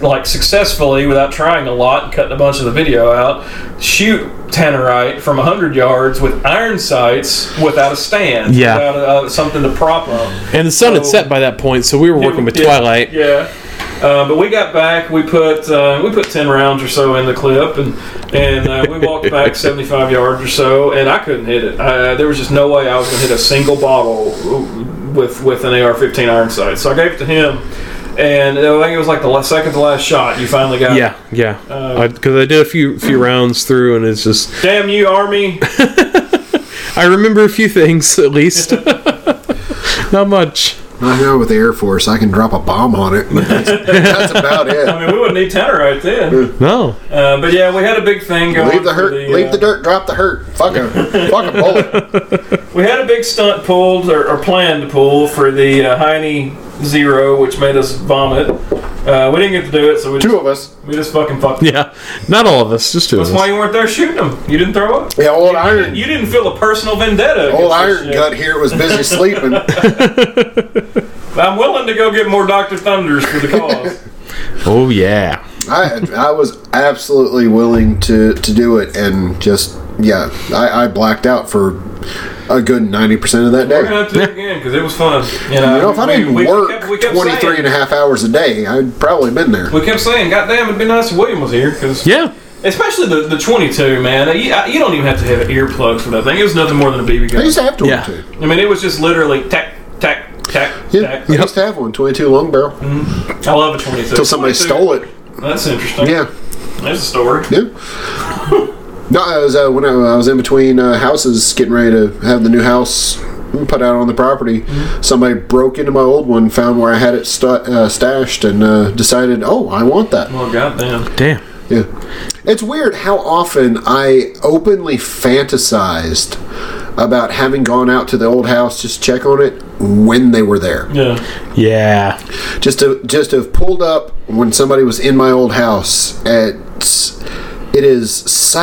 B: like successfully without trying a lot and cutting a bunch of the video out shoot tannerite from 100 yards with iron sights without a stand
C: Yeah.
B: without uh, something to prop up
C: And the sun had
B: so-
C: set by that point, so we were working with Twilight.
B: yeah. Uh, but we got back. We put uh, we put ten rounds or so in the clip, and and uh, we walked back seventy five yards or so, and I couldn't hit it. Uh, there was just no way I was going to hit a single bottle with with an AR fifteen iron sight. So I gave it to him, and I think it was like the last, second to last shot. You finally got.
C: Yeah, yeah.
B: uh,
C: Because I, did a few few rounds through, and it's just
B: Damn you, Army!
C: I remember a few things at least. Not much.
A: I know with the Air Force, I can drop a bomb on it. That's, that's about
B: I
A: it.
B: mean, we wouldn't need tenor right then.
C: No,
B: Uh, but yeah, we had a big thing going.
A: Leave the
B: for
A: hurt,
B: uh,
A: leave the dirt, drop the hurt. Fuck a, fuck a bullet.
B: We had a big stunt pulled or, or planned to pull for the uh, Heine Zero, which made us vomit. Uh, we didn't get to do it, so we
A: Two
B: just,
A: of us.
B: we just fucking fucked. up.
C: yeah, not all of us, just two
B: That's
C: of us.
B: why you weren't there shooting them. You didn't throw up.
A: Yeah, old
B: You didn't,
A: iron.
B: you didn't feel a personal vendetta.
A: Old
B: against
A: iron
B: this
A: gut here was busy sleeping.
B: shit. I'm willing to go get more Doctor Thunders for the cause.
C: Oh yeah,
A: I I was absolutely willing to to do it and just yeah I, I blacked out for a good 90% of that
B: We're
A: day.
B: gonna have to do it again because it was fun. You know,
A: You know, if I
B: we-
A: didn't
B: we- we
A: work
B: kept- we kept
A: 23 and a
B: saying-
A: half hours a day, I'd probably been there.
B: We kept saying, "God damn, it'd be nice if William was here." Because
C: Yeah.
B: especially the, the 22, man, you, you don't even have to have earplugs for that thing. It was nothing more than a BB
A: I
B: gun.
A: used to have 22.
C: Yeah.
B: I mean, it was just literally tack, tack, tack,
A: Yeah,
B: tack.
A: I used to have one, 22 long barrel,
B: Mm-hmm.
A: until
B: I love a 22.
A: somebody
B: 22.
A: stole it.
B: That's interesting.
A: Yeah,
B: That's a story.
A: yeah. No, I was uh, when I, I was in between uh, houses, getting ready to have the new house put out on the property. Somebody broke into my old one, found where I had it stu- uh, stashed, and uh, decided, oh, I want that.
B: Well, goddamn.
C: Damn.
A: Yeah. It's weird how often I openly fantasized about having gone out to the old house just to check on it when they were there.
B: Yeah.
C: Yeah.
A: Just to just to have pulled up when somebody was in my old house at it is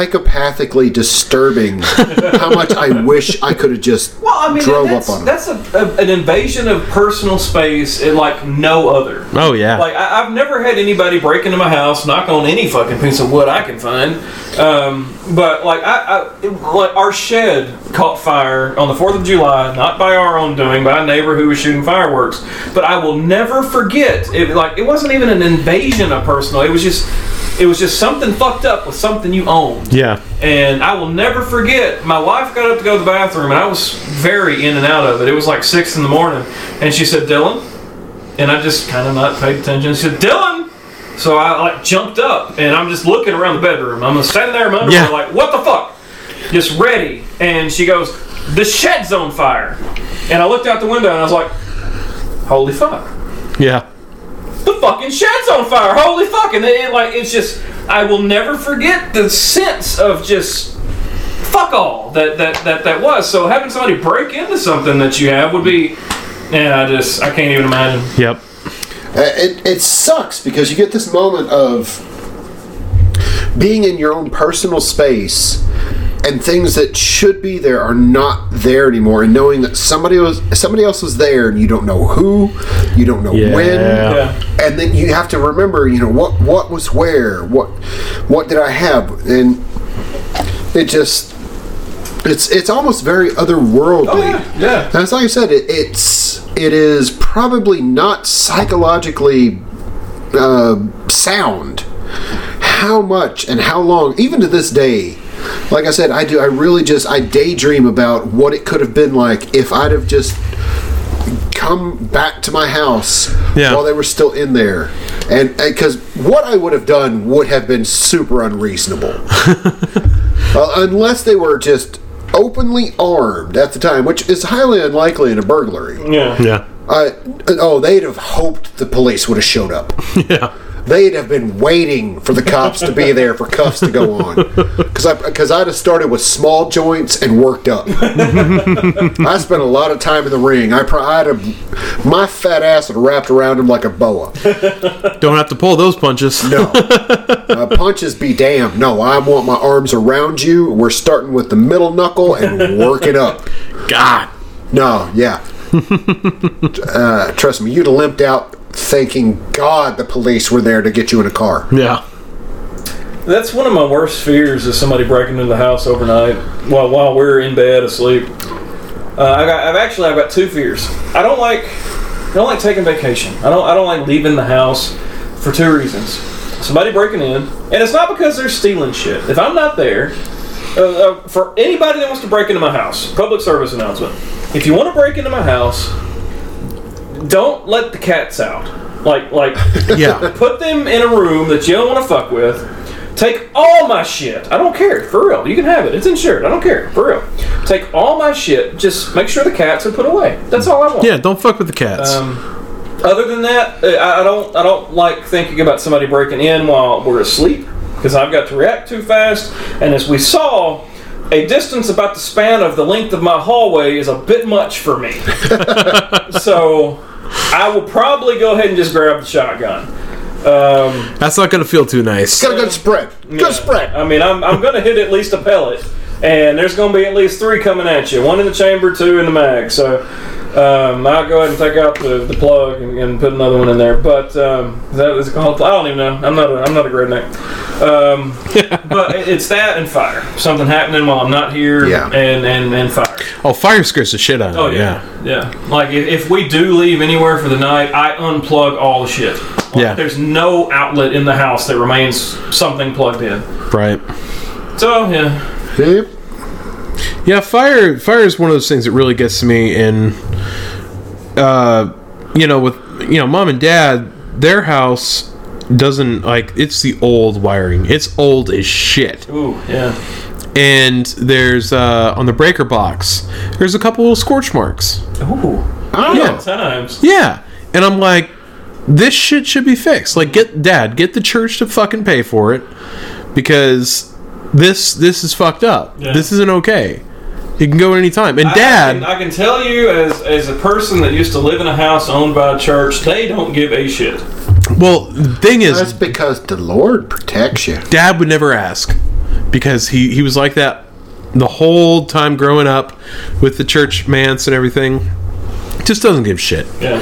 A: psychopathically disturbing how much I wish I could have just
B: Well, I mean,
A: drove
B: that's,
A: up on it.
B: that's a, a, an invasion of personal space and like no other.
C: Oh yeah.
B: Like I, I've never had anybody break into my house, knock on any fucking piece of wood I can find. Um, but like I, I it- like our shed caught fire on the Fourth of July, not by our own doing, by a neighbor who was shooting fireworks. But I will never forget. It like it wasn't even an invasion of personal. It was just. It was just something fucked up with something you owned.
C: yeah.
B: And I will never forget, my wife got up to go to the bathroom, and I was very in and out of it. It was like 6 in the morning. And she said, Dylan? And I just kind of not paid attention. She said, Dylan! So I like jumped up, and I'm just looking around the bedroom. I'm standing there in my underwear,
C: Yeah.
B: like, what the fuck? Just ready. And she goes, the shed's on fire. And I looked out the window, and I was like, holy fuck
C: Yeah.
B: the fucking shed's on fire. Holy fuck! And then it, like it's just I will never forget the sense of just fuck all that that that that was. So having somebody break into something that you have would be. Yeah, I just I can't even imagine.
C: Yep.
A: Uh, it, it sucks because you get this moment of being in your own personal space and things that should be there are not there anymore and knowing that somebody was somebody else was there and you don't know who you don't know
C: Yeah.
A: when
B: Yeah,
A: and then you have to remember you know what what was where what what did i have and it just it's it's almost very otherworldly
B: Oh, yeah, yeah.
A: that's like I said. It, it's it is probably not psychologically uh, sound. How much and how long, even to this day. Like I said, I do. I really just I daydream about what it could have been like if I'd have just come back to my house
C: Yeah.
A: while they were still in there, and because what I would have done would have been super unreasonable. Uh, unless they were just openly armed at the time, which is highly unlikely in a burglary.
B: yeah.
C: Yeah.
A: Uh, oh, they'd have hoped the police would have showed up.
C: Yeah.
A: They'd have been waiting for the cops to be there for cuffs to go on. Because I'd have started with small joints and worked up. I spent a lot of time in the ring. I, pro- I'd have, my fat ass would have wrapped around him like a boa.
C: Don't have to pull those punches.
A: No. Uh, punches be damned. No, I want my arms around you. We're starting with the middle knuckle and work it up.
C: God.
A: No, yeah. uh, trust me, you'd have limped out thanking God the police were there to get you in a car.
C: Yeah.
B: That's one of my worst fears is somebody breaking into the house overnight while while we're in bed asleep. Uh, I got, I've actually I've got two fears. I don't like I don't like taking vacation. I don't I don't like leaving the house for two reasons. Somebody breaking in, and it's not because they're stealing shit. If I'm not there, uh, uh, for anybody that wants to break into my house, public service announcement. If you want to break into my house, don't let the cats out. Like like
C: Yeah.
B: put them in a room that you don't want to fuck with. Take all my shit. I don't care. For real. You can have it. It's insured. I don't care. For real. Take all my shit. Just make sure the cats are put away. That's all I want.
C: Yeah. Don't fuck with the cats.
B: Um, other than that, uh, I I don't. I don't like thinking about somebody breaking in while we're asleep because I've got to react too fast. And as we saw, a distance about the span of the length of my hallway is a bit much for me. so I will probably go ahead and just grab the shotgun. Um,
C: That's not gonna feel too nice.
A: Got a good spread. Good spread.
B: I mean, I'm, I'm going to hit at least a pellet, and there's going to be at least three coming at you. One in the chamber, two in the mag. So um, I'll go ahead and take out the, the plug and, and put another one in there. But um, is that is it called? I don't even know. I'm not a, I'm not a redneck. Um, but it- it's that and fire. Something happening while I'm not here.
A: Yeah.
B: And, and, and fire.
C: Oh, fire scares the shit out of
B: Oh
C: me.
B: yeah, yeah. Like if, if we do leave anywhere for the night, I unplug all the shit. Like,
C: Yeah.
B: There's no outlet in the house that remains something plugged in.
C: yeah. Right.
B: So yeah,
A: Yep.
C: Yeah, fire fire is one of those things that really gets to me and uh you know with you know mom and dad their house doesn't like it's the old wiring. It's old as shit.
B: ooh yeah.
C: And there's uh on the breaker box there's a couple little scorch marks.
B: Ooh.
A: Oh,
C: Yeah.
B: Times.
C: Yeah. And I'm like this shit should be fixed. Like get dad, get the church to fucking pay for it because this this is fucked up.
B: Yeah.
C: This isn't okay. You can go at any time. And dad
B: I can, I can tell you, as as a person that used to live in a house owned by a church, they don't give a shit.
C: Well, the thing is,
A: that's because the Lord protects you.
C: Dad would never ask because he, he was like that the whole time growing up with the church manse and everything. Just doesn't give shit.
B: Yeah.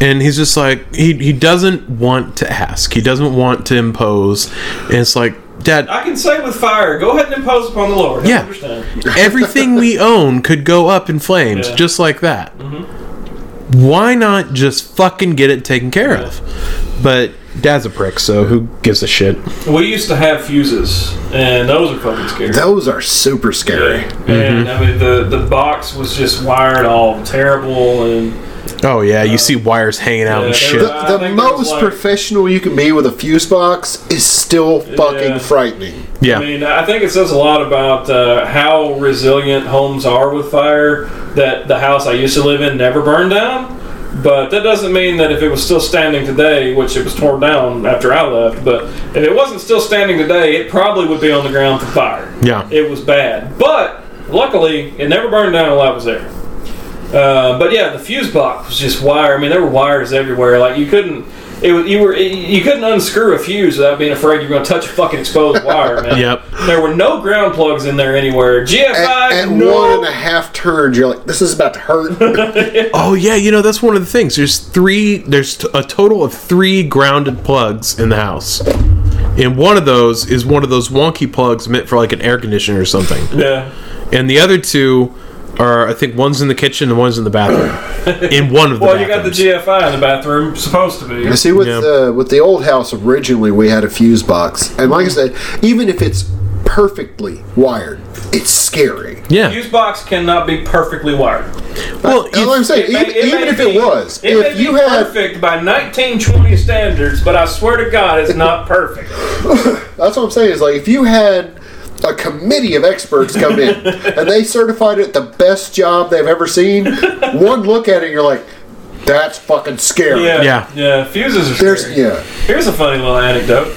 C: And he's just like, he, he doesn't want to ask. He doesn't want to impose. And it's like, Dad,
B: I can say with fire, go ahead and impose upon the Lord. I
C: Yeah.
B: Understand.
C: everything we own could go up in flames
B: Yeah. Mm-hmm.
C: just like that. Why not just fucking get it taken care of? But Dad's a prick, so who gives a shit?
B: We used to have fuses, and those are fucking scary.
A: Those are super scary.
C: Mm-hmm.
B: And I mean, the the box was just wired all terrible, and
C: Oh, yeah, you see wires hanging
B: Uh,
C: out
B: yeah, there
C: and shit.
B: was- I
A: The, the
B: think there's
A: most
B: like-
A: professional you can be with a fuse box is still fucking
B: Yeah.
A: frightening.
C: Yeah.
B: I mean, I think it says a lot about uh, how resilient homes are with fire. That the house I used to live in never burned down, but that doesn't mean that if it was still standing today, which it was torn down after I left, but if it wasn't still standing today, it probably would be on the ground for fire.
C: Yeah.
B: it was bad, but luckily it never burned down while I was there. Uh, but yeah, the fuse box was just wire. I mean, there were wires everywhere. Like you couldn't, it was, you were you couldn't unscrew a fuse without being afraid you're going to touch a fucking exposed wire, man.
C: Yep.
B: There were no ground plugs in there anywhere. GFI,
A: At, at
B: no.
A: one and a half turns, you're like, this is about to hurt.
C: Oh yeah, you know that's one of the things. There's three. There's t- a total of three grounded plugs in the house, and one of those is one of those wonky plugs meant for like an air conditioner or something,
B: yeah.
C: and the other two are I think one's in the kitchen and one's in the bathroom. In one of the
B: Well, you got the
C: bathrooms.
B: GFI in the bathroom, supposed to be.
A: You see, with
C: Yeah.
A: the with the old house, originally we had a fuse box, and like I said, even if it's perfectly wired, it's scary.
C: yeah.
B: Fuse box cannot be perfectly wired.
C: Well,
A: That's what I'm
C: you-
A: saying.
B: may-
A: Even,
B: may
A: even if it
B: be-
A: was,
B: it
A: if
B: may
A: you
B: be
A: had,
B: perfect by 1920 standards, but I swear to God, it's not perfect.
A: that's what I'm saying is like if you had a committee of experts come in and they certified it the best job they've ever seen, one look at it, you're like, that's fucking scary.
B: Yeah,
C: Yeah.
B: yeah. Fuses are
A: There's
B: scary.
A: yeah.
B: Here's a funny little anecdote.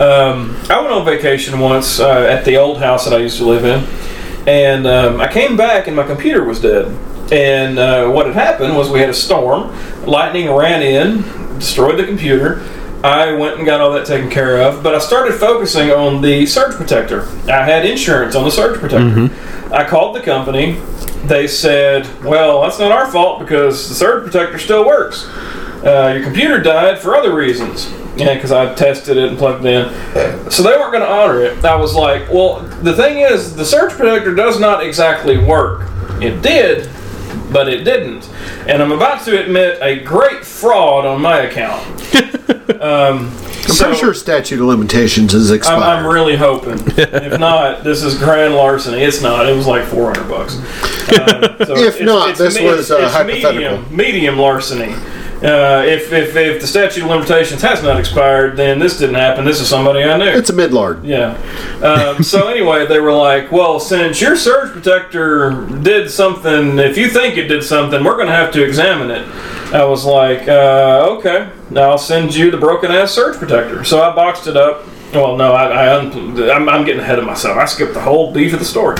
B: Um, I went on vacation once uh, at the old house that I used to live in, and um, I came back and my computer was dead. And uh, what had happened was we had a storm, lightning ran in, destroyed the computer. I went and got all that taken care of, but I started focusing on the surge protector. I had insurance on the surge protector. I called the company. They said, "Well, that's not our fault because the surge protector still works." uh, your computer died for other reasons. Yeah, because I tested it and plugged it in. So they weren't going to honor it. I was like, well, the thing is, the surge protector does not exactly work. It did, but it didn't. And I'm about to admit a great fraud on my account.
A: I'm
B: So-
A: pretty sure statute of limitations is expired.
B: I'm, I'm really hoping. if not, this is grand larceny. It's not. It was like 400 bucks. Uh, so
A: If not, this was, uh, hypothetical.
B: Medium, medium larceny. Uh, if, if, if the statute of limitations has not expired, then this didn't happen. This is somebody I knew.
A: it's a midlard.
B: Yeah. Um, so anyway, they were like, "Well, since your surge protector did something, if you think it did something, we're going to have to examine it." I was like, uh, "Okay, now I'll send you the broken ass surge protector." So I boxed it up. Well, no, I, I un- I'm, I'm getting ahead of myself. I skipped the whole beef of the story.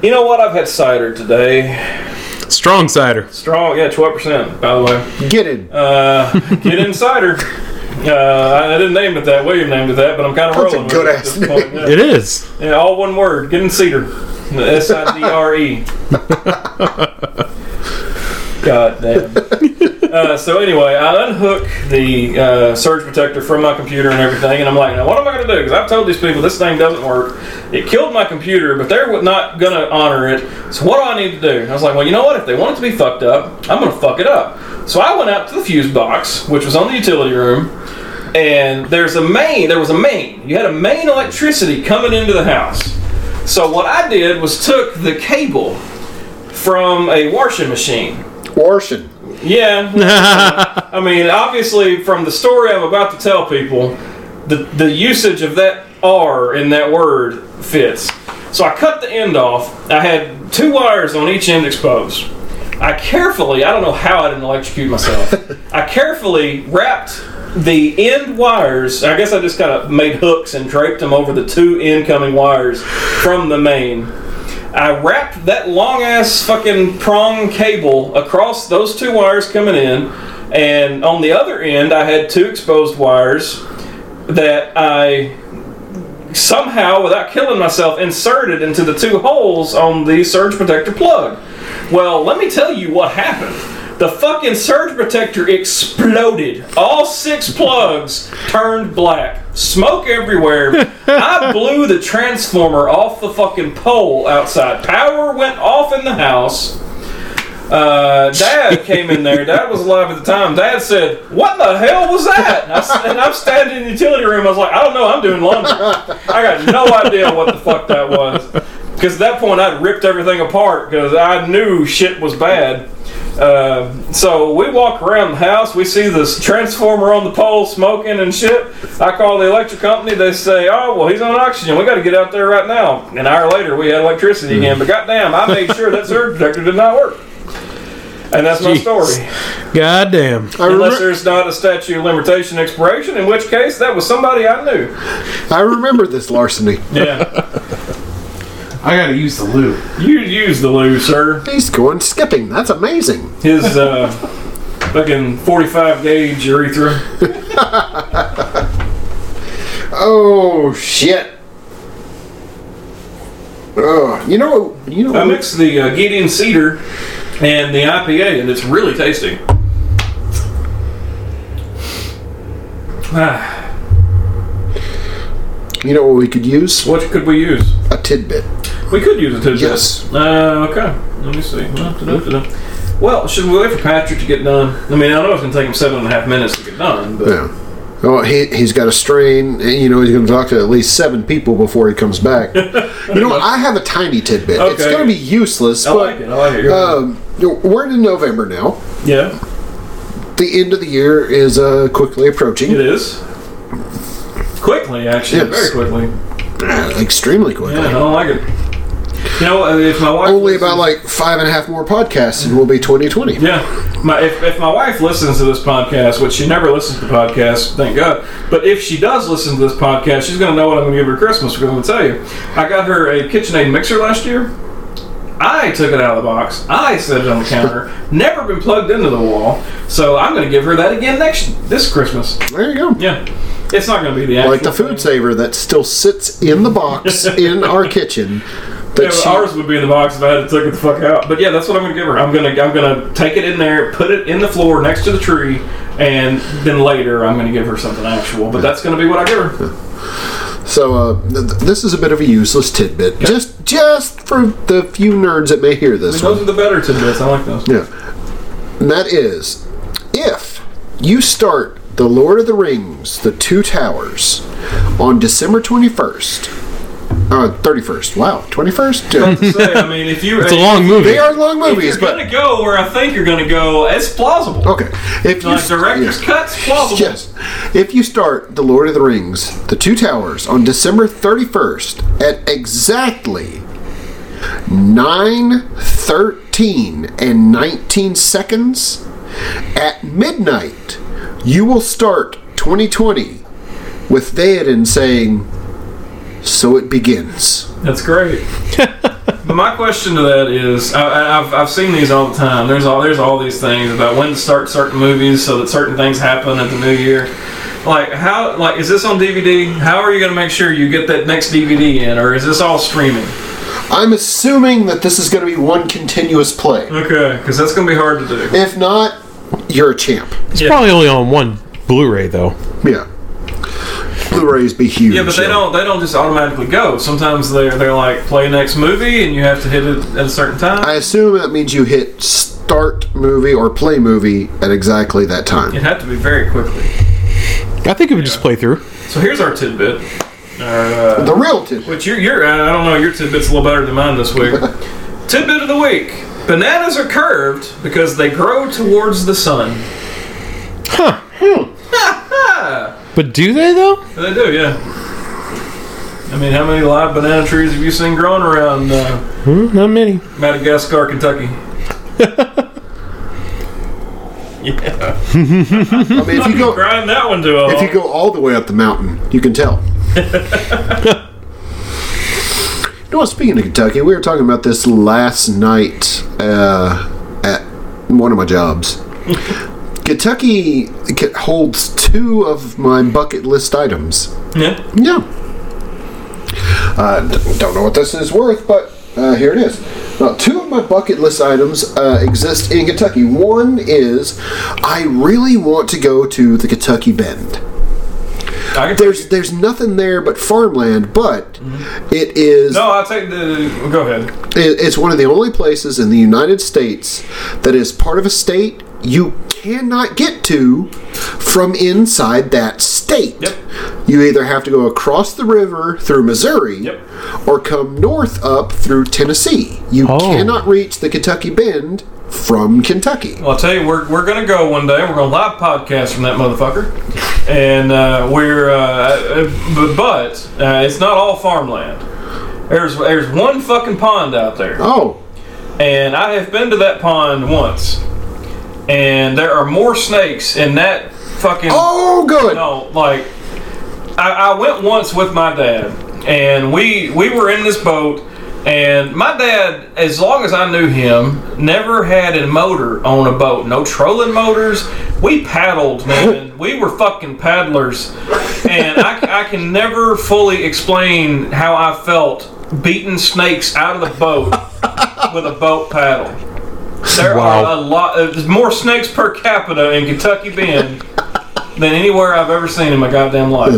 B: You know what? I've had cider today.
C: strong cider.
B: Strong, yeah, twelve percent. By the way.
A: Get it.
B: Uh, get insider. Uh, I didn't name it that. William named it that, but I'm kind of
A: That's a
B: rolling with
A: good
B: it at
A: ass
B: this
A: name.
B: point. Yeah.
C: It is.
B: Yeah, all one word. Get in cedar. S I D R E. God damn. Uh, so anyway, I unhook the uh, surge protector from my computer and everything, and I'm like, now what am I going to do? Because I've told these people this thing doesn't work. It killed my computer, but they're not going to honor it. So what do I need to do? And I was like, well, you know what? If they want it to be fucked up, I'm going to fuck it up. So I went out to the fuse box, which was on the utility room, and there's a main. There was a main. You had a main electricity coming into the house. So what I did was took the cable from a washing machine.
A: Washing.
B: Yeah. Uh, I mean, obviously, from the story I'm about to tell people, the, the usage of that R in that word fits. So I cut the end off. I had two wires on each end exposed. I carefully, I don't know how I didn't electrocute myself, I carefully wrapped the end wires. I guess I just kind of made hooks and draped them over the two incoming wires from the main. I wrapped that long ass fucking prong cable across those two wires coming in, and on the other end, I had two exposed wires that I somehow, without killing myself, inserted into the two holes on the surge protector plug. Well, let me tell you what happened. The fucking surge protector exploded. All six plugs turned black. Smoke everywhere. I blew the transformer off the fucking pole outside. Power went off in the house. Uh, Dad came in there. Dad was alive at the time. Dad said, "What the hell was that?" And, I, s- and I'm standing in the utility room. I was like, "I don't know. I'm doing laundry. I got no idea what the fuck that was." Because at that point, I'd ripped everything apart because I knew shit was bad. Uh, so we walk around the house. We see this transformer on the pole smoking and shit. I call the electric company. They say, "Oh, well, he's on oxygen. We got to get out there right now." An hour later, we had electricity again. But goddamn, I made sure that surge protector did not work. And that's my
C: Jeez.
B: story.
C: God damn.
A: I,
B: Unless
A: remem-
B: there's not a statute of limitation expiration, in which case that was somebody I knew.
A: I remember this larceny.
B: Yeah.
C: I gotta use the loo.
B: you use the loo, sir.
A: He's going skipping. That's amazing.
B: His uh, fucking 45 gauge urethra.
A: Oh shit. Oh, you know, you know.
B: I mixed the uh, Gideon Cedar and the IPA, and it's really tasty. Ah,
A: You know what we could use?
B: what could we use?
A: A tidbit.
B: We could use a tidbit.
A: Yes.
B: Uh, okay. Let me see. Well, should we wait for Patrick to get done? I mean, I know it's going to take him seven and a half minutes to get done, but
A: Yeah. Oh, he, he's got a strain. and, You know, he's going to talk to at least seven people before he comes back. you know, what? I have a tiny tidbit. It's
B: Okay.
A: going to be useless,
B: I
A: but
B: like it. I like it.
A: um, you know, we're in November now.
B: yeah,
A: The end of the year is uh, quickly
B: it
A: approaching,
B: is. Quickly, actually.
A: Yes.
B: Very quickly.
A: Uh, extremely quickly.
B: Yeah, I don't like it. You know, uh, if my wife.
A: Only
B: listens-
A: about like five and a half more podcasts, and we'll be 2020.
B: Yeah, my, if, if my wife listens to this podcast, which she never listens to podcasts, thank God. But if she does listen to this podcast, she's going to know what I'm going to give her Christmas. Because I'm going to tell you, I got her a KitchenAid mixer last year. I took it out of the box. I set it on the counter. Never been plugged into the wall. So I'm going to give her that again next this Christmas.
A: There you go.
B: Yeah, it's not going to be the actual
A: Like the
B: thing.
A: food saver that still sits in the box in our kitchen.
B: Yeah,
A: That
B: but
A: she-
B: ours would be in the box if I had took it the fuck out. But yeah, that's what I'm gonna give her. I'm gonna I'm gonna take it in there, put it in the floor next to the tree, and then later I'm gonna give her something actual. But that's gonna be what I give her.
A: So uh, th- th- this is a bit of a useless tidbit, just just for the few nerds that may hear this
B: Those
A: one.
B: are the better tidbits. I like those.
A: Yeah, and that is if you start the Lord of the Rings: The Two Towers on December twenty first, uh, thirty first. Wow, twenty first.
B: Say, I mean, if you
C: It's a long movie.
A: they are long
B: if
A: movies,
B: you're
A: but
B: gonna go where I think you're gonna go, it's plausible.
A: okay. If you
B: Like director's
A: yeah.
B: cuts, plausible.
A: Yes. If you start The Lord of the Rings, The Two Towers on December 31st at exactly 9 13 and 19 seconds at midnight, you will start 2020 with Theoden saying, So it begins.
B: That's great. but my question to that is, I, I- I've, I've seen these all the time. There's all there's all these things about when to start certain movies so that certain things happen at the new year. Like how like is this on DVD? How are you going to make sure you get that next DVD in, or is this all streaming?
A: I'm assuming that this is going to be one continuous play.
B: Okay, because that's going to be hard to do.
A: If not, you're a champ.
C: It's
B: Yeah.
C: probably only on one Blu-ray though.
A: Yeah. Blu-rays be huge.
B: Yeah, but they don't. They don't just automatically go. Sometimes they're they're like play next movie, and you have to hit it at a certain time.
A: I assume that means you hit start movie or play movie at exactly that time.
B: It'd have to be very quickly.
C: I think it would just play through.
B: So here's our tidbit. Our, uh,
A: The real tidbit.
B: Which your your uh, I don't know your tidbit's a little better than mine this week. tidbit of the week: Bananas are curved because they grow towards the sun.
C: But do they though?
B: They do, yeah. I mean, how many live banana trees have you seen growing around uh,
C: Hmm, not many.
B: Madagascar, Kentucky? yeah,
A: I mean, if you go
B: grind that one to a.
A: if you go all the way up the mountain, you can tell. you know, what, speaking of Kentucky, we were talking about this last night uh, at one of my jobs. Kentucky ca- holds two of my bucket list items.
B: yeah.
A: Yeah. Uh, d- don't know what this is worth, but uh, here it is. Now, two of my bucket list items uh, exist in Kentucky. One is I really want to go to the Kentucky Bend.
B: I can
A: There's there's nothing there but farmland, but it is
B: no, I'll take the. Go ahead.
A: it- it's one of the only places in the United States that is part of a state you cannot get to from inside that state.
B: Yep.
A: You either have to go across the river through Missouri
B: Yep.
A: or come north up through Tennessee. You
C: Oh.
A: cannot reach the Kentucky Bend from Kentucky.
B: Well, I'll tell you, we're, we're going to go one day. We're going to live podcast from that motherfucker. And uh, we're, uh, uh, but- but uh, it's not all farmland. There's, there's one fucking pond out there.
A: Oh,
B: And I have been to that pond once. And there are more snakes in that fucking.
A: oh, good.
B: No, like I, I went once with my dad, and we we were in this boat, and my dad, as long as I knew him, never had a motor on a boat. No trolling motors. We paddled, man. we were fucking paddlers, and I, I can never fully explain how I felt beating snakes out of the boat with a boat paddle. There are
C: Wow.
B: a lot. uh, There's more snakes per capita in Kentucky Bend than anywhere I've ever seen in my goddamn life.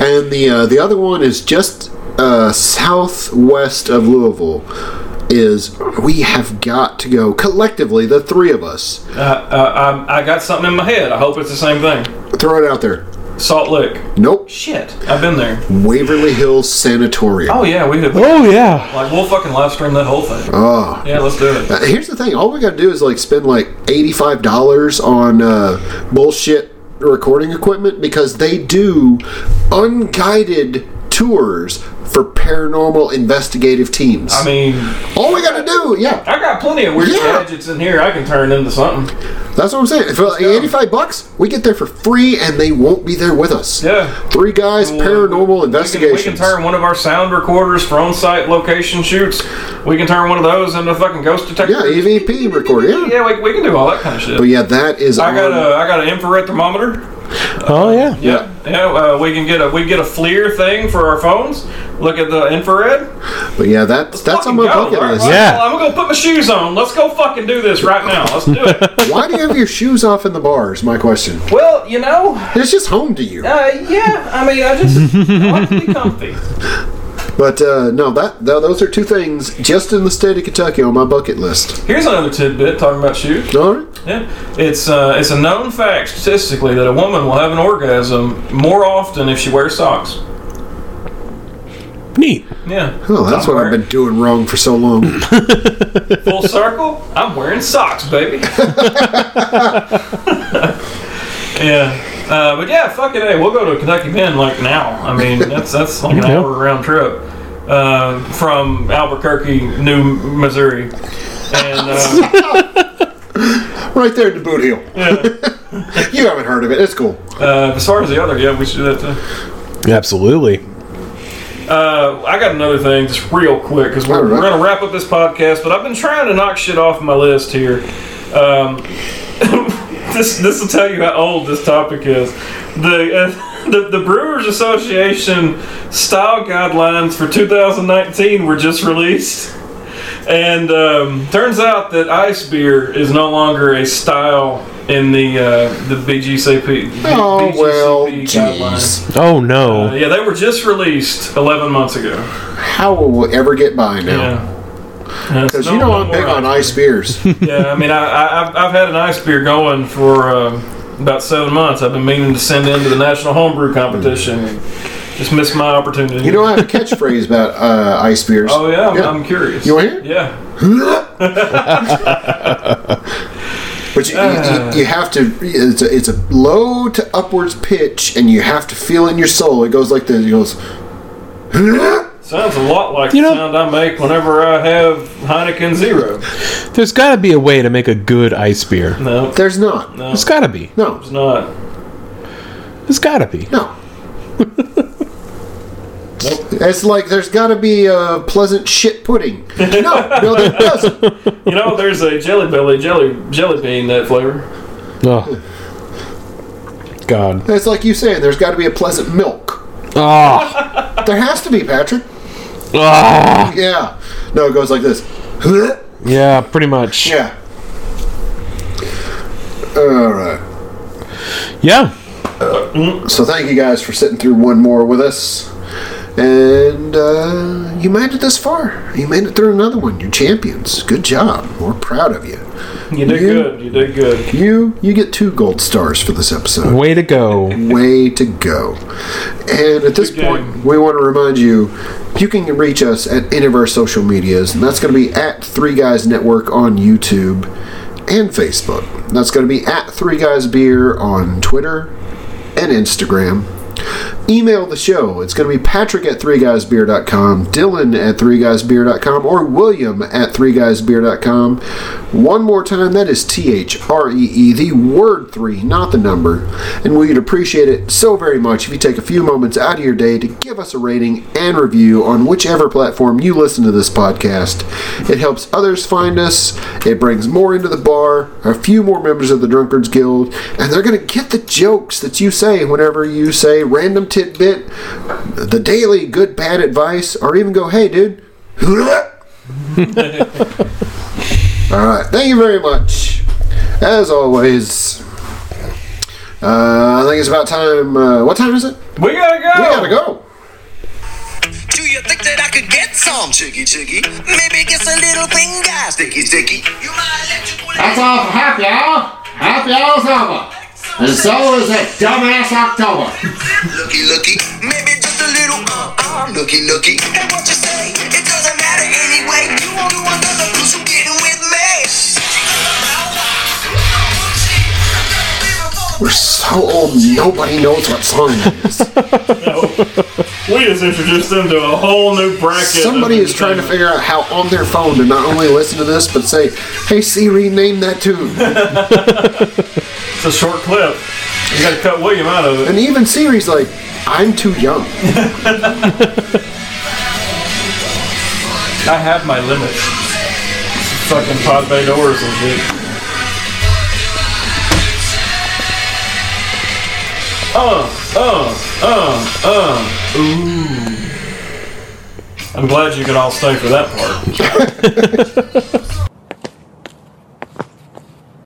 A: And the uh, the other one is just uh, southwest of Louisville. Is we have got to go collectively, the three of us.
B: I, I, Uh, I, I got something in my head. I hope it's the same thing.
A: Throw it out there.
B: Salt Lick.
A: Nope.
B: Shit, I've been there.
A: Waverly Hills Sanatorium.
B: Oh yeah, we did.
C: Oh yeah.
B: Like we'll fucking live stream that whole thing.
A: Oh.
B: Yeah, let's do it.
A: Uh, Here's the thing. All we got to do is like spend like eighty-five dollars on uh, bullshit recording equipment because they do unguided tours for paranormal investigative teams.
B: I mean,
A: all we got to do, yeah,
B: I got plenty of weird
A: Yeah.
B: gadgets in here. I can turn into something.
A: that's what I'm saying. For like eighty-five bucks, we get there for free, and they won't be there with us.
B: Yeah.
A: Three guys, paranormal
B: We can, we
A: investigations.
B: can turn one of our sound recorders for on-site location shoots. We can turn one of those into a fucking ghost detector.
A: yeah, E EVP recording. Yeah.
B: yeah, we, we can do all that kind of shit.
A: But yeah, that is.
B: I got
A: on-
B: a I got an infrared thermometer.
C: Oh yeah.
B: Yeah, yeah. Uh, we can get a we get a FLIR thing for our phones. Look at the infrared.
A: But yeah, that's that's on my
B: Fucking go,
A: bucket
B: right?
A: list.
B: Right?
C: Yeah.
B: Well, I'm gonna put my shoes on. Let's go fucking do this right now. Let's do it.
A: Why do you have your shoes off in the bar? Is my question.
B: well, you know,
A: It's just home to you.
B: uh, yeah. I mean, I just I like to be comfy.
A: But uh, no, that th- those are two things just in the state of Kentucky on my bucket list.
B: Here's another tidbit talking about shoes.
A: All right.
B: Yeah, it's uh, it's a known fact statistically that a woman will have an orgasm more often if she wears socks.
C: Neat.
B: Yeah.
A: Oh, that's what I've
B: I'm wearing-
A: been doing wrong for so long.
B: Full circle. I'm wearing socks, baby. yeah. Uh, but yeah, fuck it. Hey, we'll go to Kentucky Bend like now. I mean, that's that's like an
C: Yeah.
B: hour round trip uh, from Albuquerque, New Missouri, and uh,
A: right there in the boot heel. you haven't heard of it. It's cool.
B: uh, as far as the other, yeah, we should uh, do that too.
C: Absolutely.
B: Uh, I got another thing, just real quick, because we're,
A: All right.
B: we're gonna wrap up this podcast. But I've been trying to knock shit off my list here. Um, this this will tell you how old this topic is. The uh, the, the Brewers Association style guidelines for 2019 were just released. And um, turns out that ice beer is no longer a style in the uh, the BGCP.
A: Oh,
B: BGCP
A: well,
B: guidelines.
A: jeez.
C: Oh
B: Uh,
C: no.
B: yeah, they were just released 11 months ago.
A: How will we ever get by now?
B: Yeah.
A: Because you know I'm big on ice beers.
B: Yeah, I mean, I, I, I've, I've had an ice beer going for uh, about seven months. I've been meaning to send in to the National Homebrew Competition. Just missed my opportunity.
A: You know I have a catchphrase about uh, ice beers.
B: oh, yeah, I'm, I'm curious.
A: You wanna hear it?
B: Yeah.
A: But you, you- you, you have to. It's a, it's a low to upwards pitch, and you have to feel it in your soul. It goes like this. It goes.
B: Sounds a lot like
C: You
B: the
C: know-
B: sound I make whenever I have Heineken Zero.
C: There's got to be a way to make a good ice beer.
B: No,
A: There's not. No.
B: no,
C: There's got to be.
A: No.
B: it's not.
C: There's got to be.
A: It's like there's got to be a pleasant shit pudding. No, no, there doesn't.
B: You know, there's a Jelly Belly jelly jelly bean that flavor.
C: Oh. God.
A: It's like you saying there's got to be a pleasant milk.
C: Oh.
A: There has to be, Patrick.
C: oh.
A: Yeah. No, it goes like this.
C: Yeah, pretty much.
A: Yeah. All right.
C: Yeah.
A: So thank you guys for sitting through one more with us. And uh, you made it this far. You made it through another one. You're champions. Good job. We're proud of you.
B: You did
A: Yeah.
B: good. You did good.
A: You you get two gold stars for this episode.
C: Way to go.
A: way to go. And at this
B: Good game.
A: point, we want to remind you you can reach us at any of our social medias, and that's going to be at Three Guys Network on YouTube and Facebook. That's going to be at Three Guys Beer on Twitter and Instagram. Email the show. It's going to be Patrick at 3guysbeer.com, Dylan at 3guysbeer.com, or William at 3guysbeer.com. One more time, that is T H R E E, the word three, not the number. And we'd appreciate it so very much if you take a few moments out of your day to give us a rating and review on whichever platform you listen to this podcast. It helps others find us, it brings more into the bar, a few more members of the Drunkards Guild, and they're going to get the jokes that you say whenever you say random tidbit, the daily good bad advice, or even go, hey, dude. All right. Thank you very much. As always, uh, I think it's about time. Uh, what time is it?
B: We gotta go.
A: We gotta go.
E: Do you think that I could get some chiggy chiggy? Maybe just a little thing, guy sticky sticky. You my electrical
F: That's all for happy hour. Happy hour's over. And so is it dumbass October.
E: looky looky. Maybe just a little uh uh looky looky. And what you say? It doesn't matter anyway. You won't do another cruise, you getting with me.
A: We're so old, nobody knows what song that is.
B: We just introduced them to a whole new bracket.
A: Somebody
B: of
A: is trying to figure out how on their phone to not only listen to this, but say, hey Siri, name that tune.
B: It's a short clip. You gotta cut William out of it.
A: And even Siri's like, I'm too young.
B: I have my limits. Fucking pod bay doors and shit. Uh, uh, uh, uh. Ooh. I'm glad you could all stay for that part.